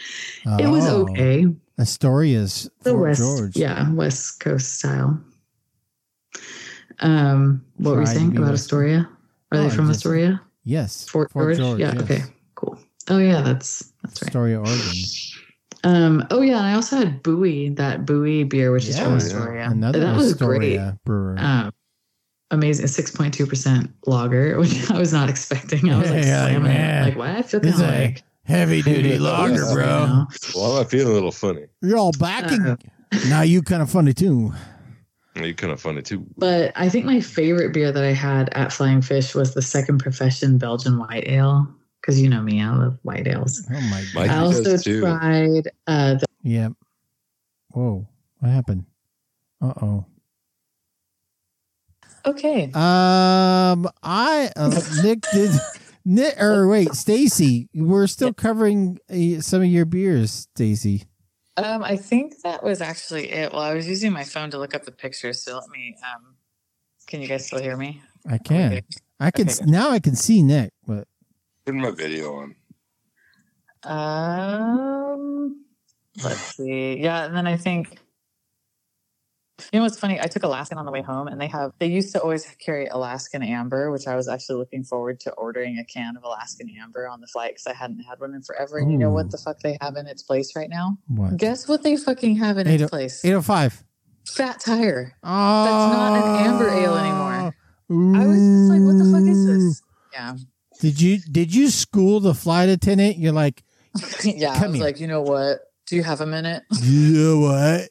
It was Oh. okay. Astoria's The Fort West, George. yeah, West Coast style. Um, what were you Tried to saying be about West- Astoria? Are No, they I from just- Astoria? Yes. Fort, George? Yeah. yes. Okay. Cool. Oh yeah, that's that's right. Astoria, Oregon. Um. Oh yeah, and I also had Bowie, that Bowie beer, which is Yeah. from Astoria. Another that was great. Astoria brewer. Um, amazing, six point two percent lager, which I was not expecting. I was like, Yeah, slamming man. it. like what? I feel This kind is of a like Heavy duty lager, bro. lager, bro. Well, I'm feeling a little funny. You're all back Uh-oh. and now you kind of funny too. You're kind of funny too. But I think my favorite beer that I had at Flying Fish was the Second Profession Belgian White Ale. Because you know me, I love white ales. Oh my god. Mike- I he also does too. tried uh, the Yeah. Whoa. What happened? Uh oh. okay. Um I uh, Nick did Nick or wait, Stacy, we're still covering uh, some of your beers, Stacy. Um, I think that was actually it. Well, I was using my phone to look up the pictures, so let me. Um, can you guys still hear me? I can. I can Okay, s good. now I can see Nick, but Turn my video on. Um, let's see. Yeah, and then I think you know what's funny? I took Alaskan on the way home, and they have they used to always carry Alaskan Amber, which I was actually looking forward to ordering a can of Alaskan Amber on the flight because I hadn't had one in forever. And you know Ooh. what the fuck they have in its place right now? what? Guess what they fucking have in Eight oh o- its place? 805. Fat Tire. Oh. That's not an amber ale Ah. anymore. I was just like, what the fuck is this? Hmm. Yeah, Did you did you school the flight attendant? You're like, yeah. I Come was here. like, you know what? Do you have a minute? you know what?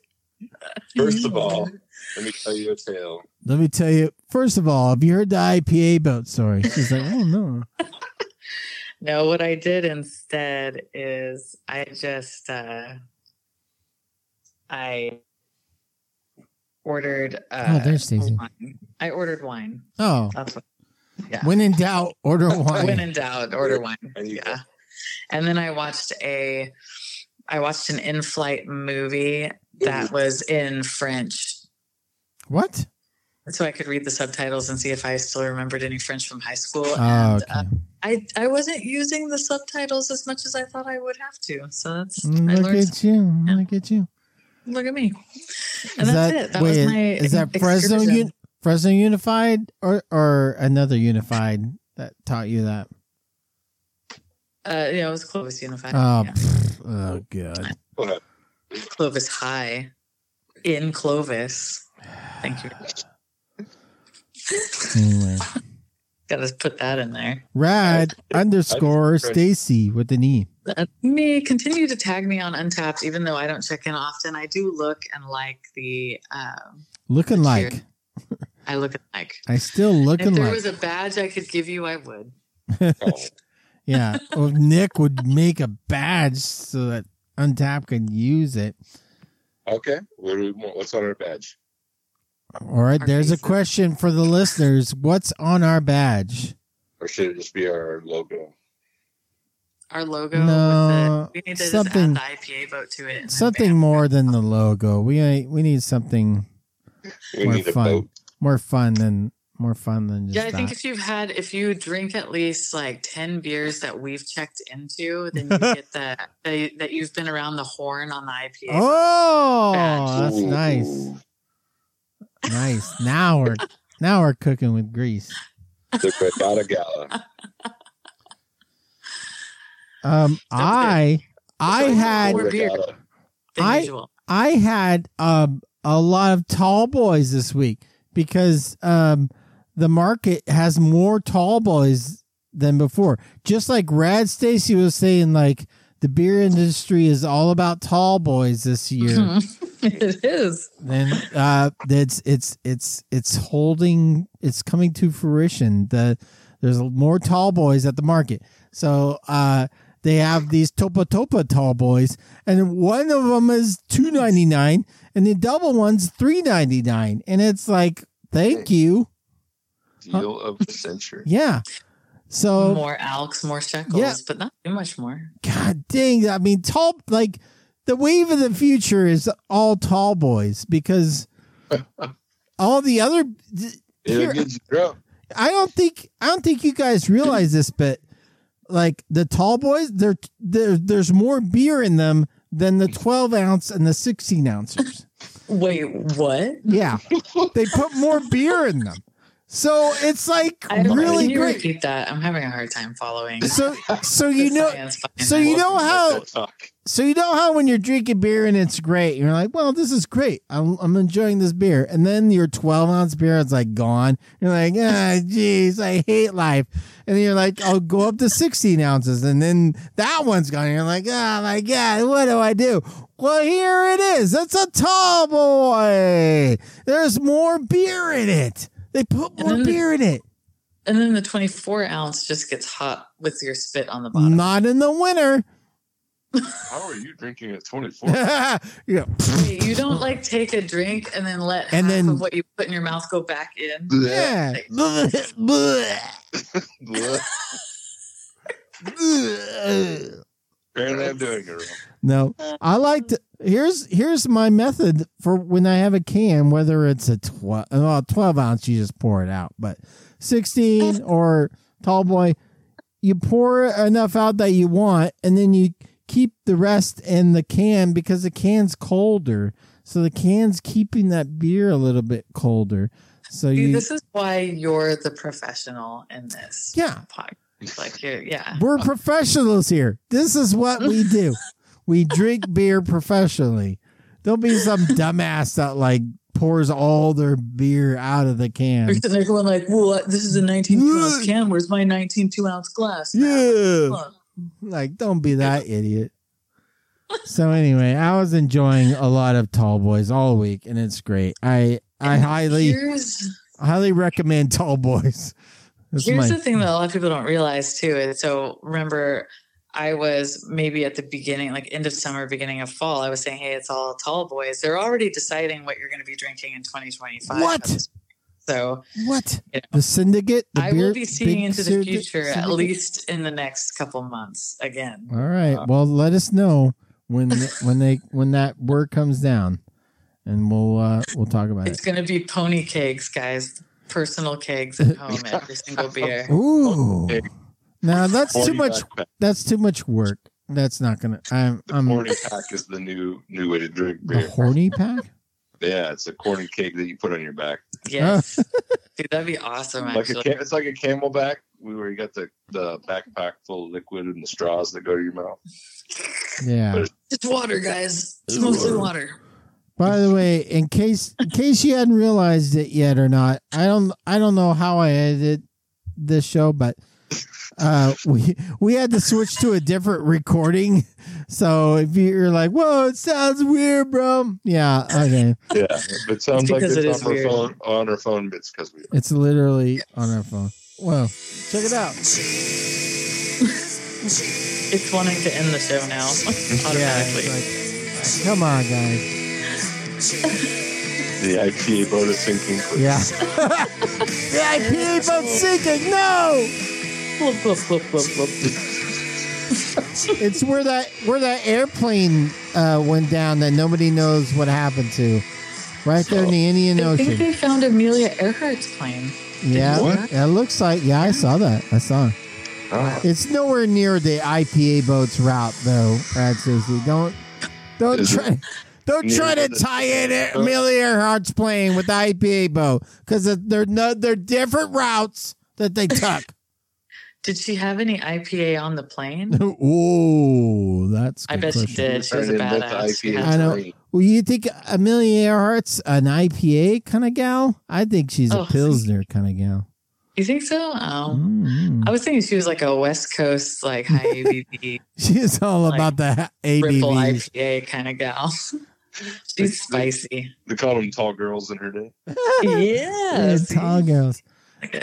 First of all, let me tell you a tale. Let me tell you. First of all, have you heard the IPA boat story? She's like, oh no. No, what I did instead is I just uh I ordered Oh, uh there's Stacey. wine. I ordered wine. Oh, That's what yeah. when in doubt, order When wine. in doubt, order wine. There you go. Yeah. And then I watched a I watched an in-flight movie that was in French. What? So I could read the subtitles and see if I still remembered any French from high school. Oh, and okay. uh, I I wasn't using the subtitles as much as I thought I would have to. So that's I Mm, Look learned. at you. Look at you. Look at me. And Is that's that, it. That wait, was my is that Fresno, excursion. Un- Fresno Unified or, or another Unified that taught you that? Uh, yeah, it was Clovis Unified. Oh, yeah. pff, oh God. What? Clovis High in Clovis. Thank you. Anyway. Got to put that in there. Rad underscore Stacy with an E. Uh, me continue to tag me on Untapped, even though I don't check in often. I do look and like the. Um, Looking Cheer. like. I look and like. I still if looking there like. was a badge I could give you, I would. yeah. Well, Nick would make a badge so that Untap could use it. Okay. What do we want? What's on our badge? All right. Our There's a faces. question for the listeners. What's on our badge? Or should it just be our logo? Our logo. No, with the, we need to something- just add the IPA vote to it. and Something bam. more than the logo. We ain't- we need something We More need fun. a boat. more fun than more fun than just Yeah, I think that. if you've had if you drink at least like ten beers that we've checked into, then you get the, the that you've been around the horn on the IPA. Oh, Yeah. that's nice. Nice. Now we're now we're cooking with grease. The Regatta Gala. Um Sounds good. I I Sounds had More beer. Regatta. than I- usual. I had um a lot of tall boys this week because um the market has more tall boys than before. Just like Rad Stacy was saying, like the beer industry is all about tall boys this year. it is. then uh that's it's it's it's holding it's coming to fruition the there's more tall boys at the market so uh they have these topa topa tall boys and one of them is 299 and the double one's 399 and it's like thank you Deal of the century. yeah so more alks, more shekels, Yeah. but not too much more. God dang! I mean, tall like the wave of the future is all tall boys because all the other. It'll Here- get you drunk. I don't think I don't think you guys realize this, but like the tall boys, there there there's more beer in them than the twelve ounce and the sixteen ouncers. Wait, what? Yeah, they put more beer in them, so it's like I don't really Can you great. repeat that? I'm having a hard time following. So so the you know science behind so that. you know how Fuck. So you know how when you're drinking beer and it's great, you're like, "Well, this is great. I'm, I'm enjoying this beer," and then your 12 ounce beer is like gone. You're like, "Ah, jeez, I hate life." And then you're like, "I'll go up to 16 ounces," and then that one's gone. You're like, "Oh my god, what do I do?" Well, here it is. It's a tall boy. There's more beer in it. They put more then the- beer in it. And then the 24 ounce just gets hot with your spit on the bottom. Not in the winter. How are you drinking at 24? yeah. Wait, you don't like take a drink and then let And half then- of what you put in your mouth go back in. Yeah. Apparently, I'm doing it wrong. No, I like to. Here's here's my method for when I have a can, whether it's a twelve, well, twelve ounce, you just pour it out. But sixteen or tall boy, you pour enough out that you want, and then you keep the rest in the can because the can's colder, so the can's keeping that beer a little bit colder. So See, you, this is why you're the professional in this. Yeah. podcast. Like you're, yeah. we're professionals here. This is what we do. We drink beer professionally. There'll be some dumbass that like pours all their beer out of the can. You're sitting there going like, "What? This is a 19 two ounce can. Where's my 19 two ounce glass?" Yeah. Look, Like, don't be that idiot. So anyway, I was enjoying a lot of tall boys all week and it's great. I I highly here's highly recommend tall boys. That's Here's my- the thing that a lot of people don't realize too. And so remember, I was maybe at the beginning, like end of summer, beginning of fall, I was saying, hey, it's all tall boys. They're already deciding what you're going to be drinking in 2025. What? So what? you know, The syndicate? The I beer- will be seeing big into the syndi- future, at syndicate? least in the next couple months again. All right. Uh, Well, let us know when when they when that word comes down, and we'll uh, we'll talk about It's it. going to be pony kegs, guys. Personal kegs at home every single beer. Ooh. Now that's 40 too much. Pack, That's too much work. That's not gonna. I'm. the I'm corny pack is the new new way to drink the beer. horny pack. Yeah, it's a corny cake that you put on your back. Yes. Dude, that'd be awesome, Like a actually. ca- it's like a camelback, where you got the the backpack full of liquid and the straws that go to your mouth. Yeah. It's water, guys. It's mostly water. By the way, in case in case you hadn't realized it yet or not, I don't I don't know how I edited this show, but uh, we we had to switch to a different recording. So if you're like, "Whoa, it sounds weird, bro," yeah, okay, Yeah, if it sounds like because it's it is on our weird. phone. On our phone, it's because we. it's literally on our phone. Whoa, check it out. It's wanting to end the show now Yeah, automatically. it's like, come on, guys. The IPA boat is sinking. quick. Yeah, the IP boat sinking. No. Whoop, whoop, whoop, whoop, whoop. It's where that where that airplane uh, went down that nobody knows what happened to. Right there in the Indian I think Ocean. they found Amelia Earhart's plane. Yeah, What? it looks like. Yeah, I saw that. I saw. It. Ah. It's nowhere near the IPA boats route, though, Brad Susie. Don't don't Is it try don't near try to the- tie in Amelia Earhart's plane with the IPA boat because they're no they're different routes that they took. Did she have any IPA on the plane? Ooh, that's. a I good bet she question. did. She was a Started with badass. IPA. Yeah. I know. Well, you think Amelia Earhart's an IPA kind of gal? I think she's Oh, a pilsner kind of gal. You think so? Oh. Mm. I was thinking she was like a West Coast, like high ABV, She's all like, about the ripple ABVs. IPA kind of gal. She's spicy. They called them tall girls in her day. Yeah, Yeah. see? tall girls. Okay.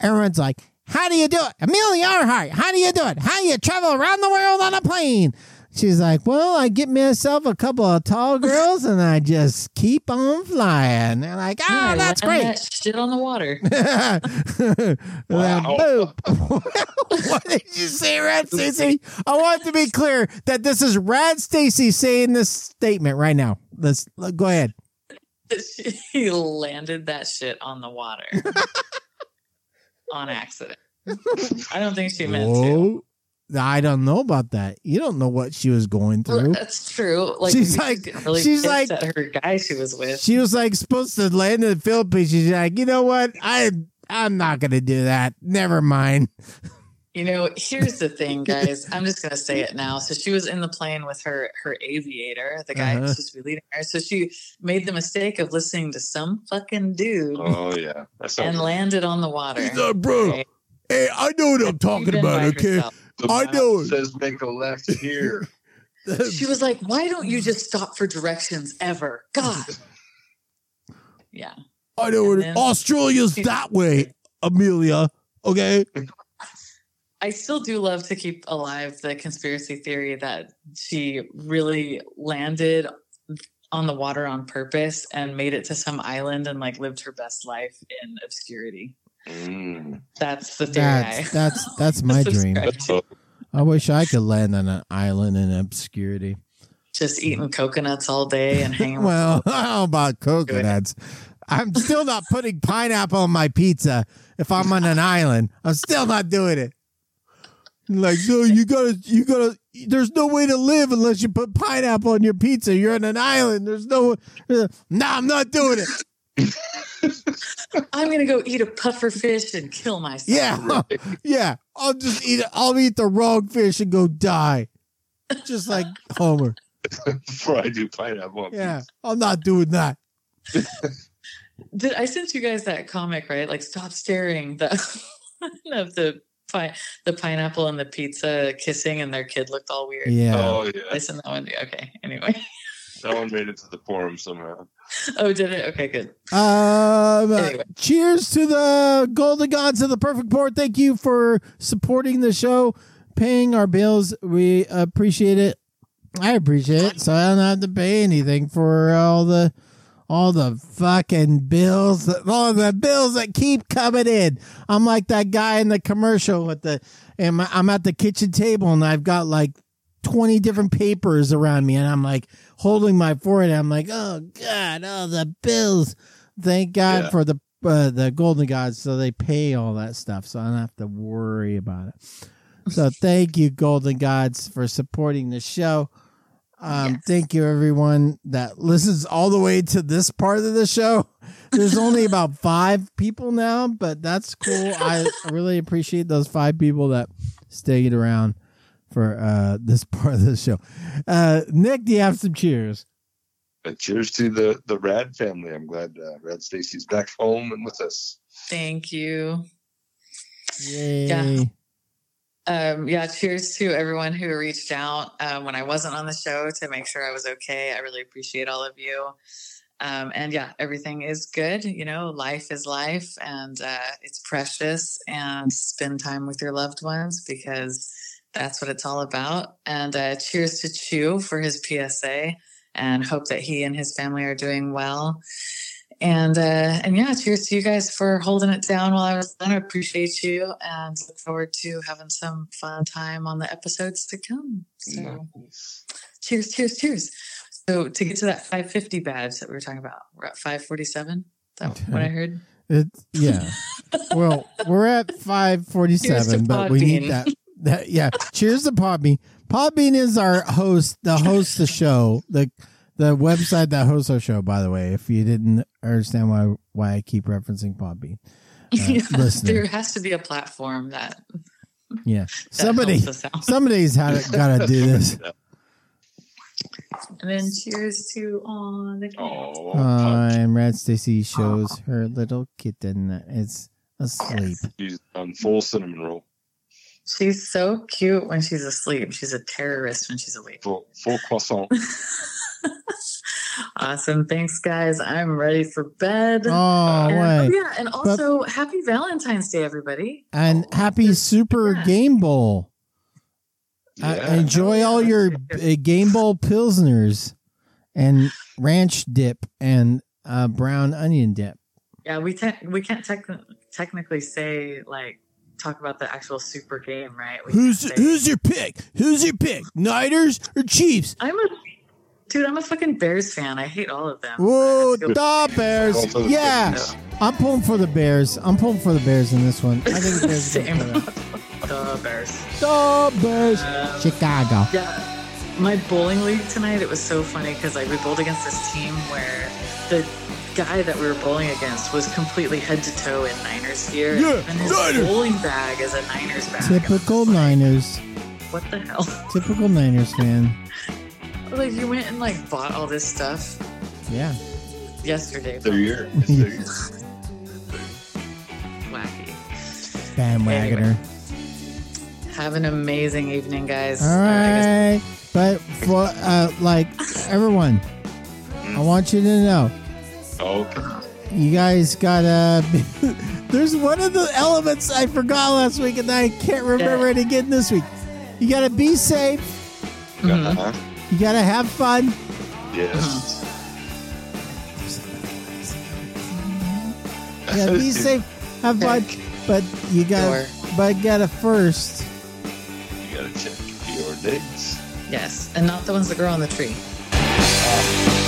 Everyone's like, "How do you do it, Amelia Earhart? How do you do it? How do you travel around the world on a plane?" She's like, "Well, I get myself a couple of tall girls, and I just keep on flying." They're like, "Ah, Yeah, that's land great." That shit on the water. And then Wow. boom. what did you say, Rad Stacy? I want to be clear that this is Rad Stacy saying this statement right now. Let's let- go ahead. she landed that shit on the water on accident. I don't think she meant to. Whoa. I don't know about that. You don't know what she was going Well, through. that's true. Like She's maybe like- getting really she's like- pissed at her guy she was with. She was like supposed to land in the Philippines. She's like, you know what? I I'm not gonna do that. Never mind. You know, here's the thing, guys. I'm just gonna say it now. So she was in the plane with her her aviator, the guy Uh-huh. who's supposed to be leading her. So she made the mistake of listening to some fucking dude Oh yeah, that sounds. and landed on the water. bro. Hey, I know what I'm Even by herself. The I map know it. Says make a left here. She was like, "Why don't you just stop for directions ever, God?" Yeah. I know And then- Australia's that way, Amelia. Okay. I still do love to keep alive the conspiracy theory that she really landed on the water on purpose and made it to some island and like lived her best life in obscurity. Mm. That's the theory. That's I- that's that's my dream. subscribe to. I wish I could land on an island in obscurity. Just eating coconuts all day and hanging. Well, how about coconuts? I'm still not putting pineapple on my pizza if I'm on an island. I'm still not doing it. Like, no, you gotta, you gotta. There's no way to live unless you put pineapple on your pizza. You're on an island. There's no. Uh, nah, I'm not doing it. with- I'm gonna go eat a puffer fish and kill myself. Yeah, yeah. I'll just eat. I'll eat the wrong fish and go die, just like Homer. Before I do pineapple. Yeah, I'm not doing that. Did I sent you guys that comic right? Like, stop staring. The of the pi- the pineapple and the pizza kissing, and their kid looked all weird. Yeah. Oh yeah, I sent that one. Okay. Anyway. that one made it to the forum somehow. Oh, did it? Okay, good. Um, uh, Anyway. Cheers to the Golden Gods of the Perfect Board. Thank you for supporting the show, paying our bills. We appreciate it. I appreciate it. So I don't have to pay anything for all the all the fucking bills, all the bills that keep coming in. I'm like that guy in the commercial with the, and my, I'm at the kitchen table and I've got like 20 different papers around me and I'm like holding my forehead. I'm like, oh God, oh, the bills. Thank God Yeah. for the, uh, the golden gods. So they pay all that stuff. So I don't have to worry about it. So thank you, golden gods, for supporting the show. Um, Yes. Thank you, everyone that listens all the way to this part of the show. There's only about five people now, but that's cool. I really appreciate those five people that stayed around for uh, this part of the show. Uh, Nick, do you have some cheers? But cheers to the the Rad family. I'm glad uh, Rad Stacy's back home and with us. Thank you. Yay. Yeah. Um, yeah, cheers to everyone who reached out um, when I wasn't on the show to make sure I was okay. I really appreciate all of you. Um, and yeah, everything is good. You know, life is life and uh, it's precious. And spend time with your loved ones because that's what it's all about. And uh, cheers to Chew for his PSA and hope that he and his family are doing well. And uh, and yeah, cheers to you guys for holding it down while I was done. I appreciate you and look forward to having some fun time on the episodes to come. So cheers, cheers, cheers. So to get to that 550 badge that we were talking about, we're at 547. Is that what I heard? It, yeah. well, we're at five Cheers forty-seven, to but we Podbean. need that. That yeah. Cheers to Podbean. Podbean is our host, the host the show, the the website that hosts our show. By the way, if you didn't understand why why I keep referencing Podbean, Yeah, listener. there has to be a platform that, yeah, that somebody helps us out. somebody's had got to do this. And then cheers to on the Oh, Uh, and Rad Stacy Ah. shows her little kitten is asleep. she's on full cinnamon roll, She's so cute when she's asleep. She's a terrorist when she's awake. full, full croissant. awesome. Thanks, guys. I'm ready for bed. Oh And- wait. yeah. And also, happy Valentine's Day, everybody. and happy Super yeah. Game Bowl. Yeah. Uh, enjoy all your uh, Game Bowl Pilsners and ranch dip and uh, brown onion dip. Yeah, we can't we can't tec- technically say like talk about the actual super game, right? We can't say- your pick? Who's your pick? Niners or Chiefs? I'm a dude. I'm a fucking Bears fan. I hate all of them. Whoa, Let's go- the Bears! Yeah, I'm pulling for the Bears. I'm pulling for the Bears in this one. I think the Bears. are Same. gonna pull it the Bears. out. The Bears, Uh, Chicago. Yeah. My bowling league tonight, it was so funny because like we bowled against this team where the guy that we were bowling against was completely head to toe in Niners gear. Yeah, and his Niners! bowling bag is a Niners bag. Typical Niners. What the hell? Typical Niners fan. Like you went and like bought all this stuff Yeah. yesterday. They're your- It's they're your- Wacky. Bandwagoner. Have an amazing evening, guys. All right, but for uh, like everyone, I want you to know, Okay. you guys gotta. there's one of the elements I forgot last week, and I can't remember it again this week. You gotta be safe. Uh-huh. You gotta have fun. Yes. You gotta be safe, have fun, but you gotta, but gotta first. You gotta check your dates. Yes, and not the ones that grow on the tree. All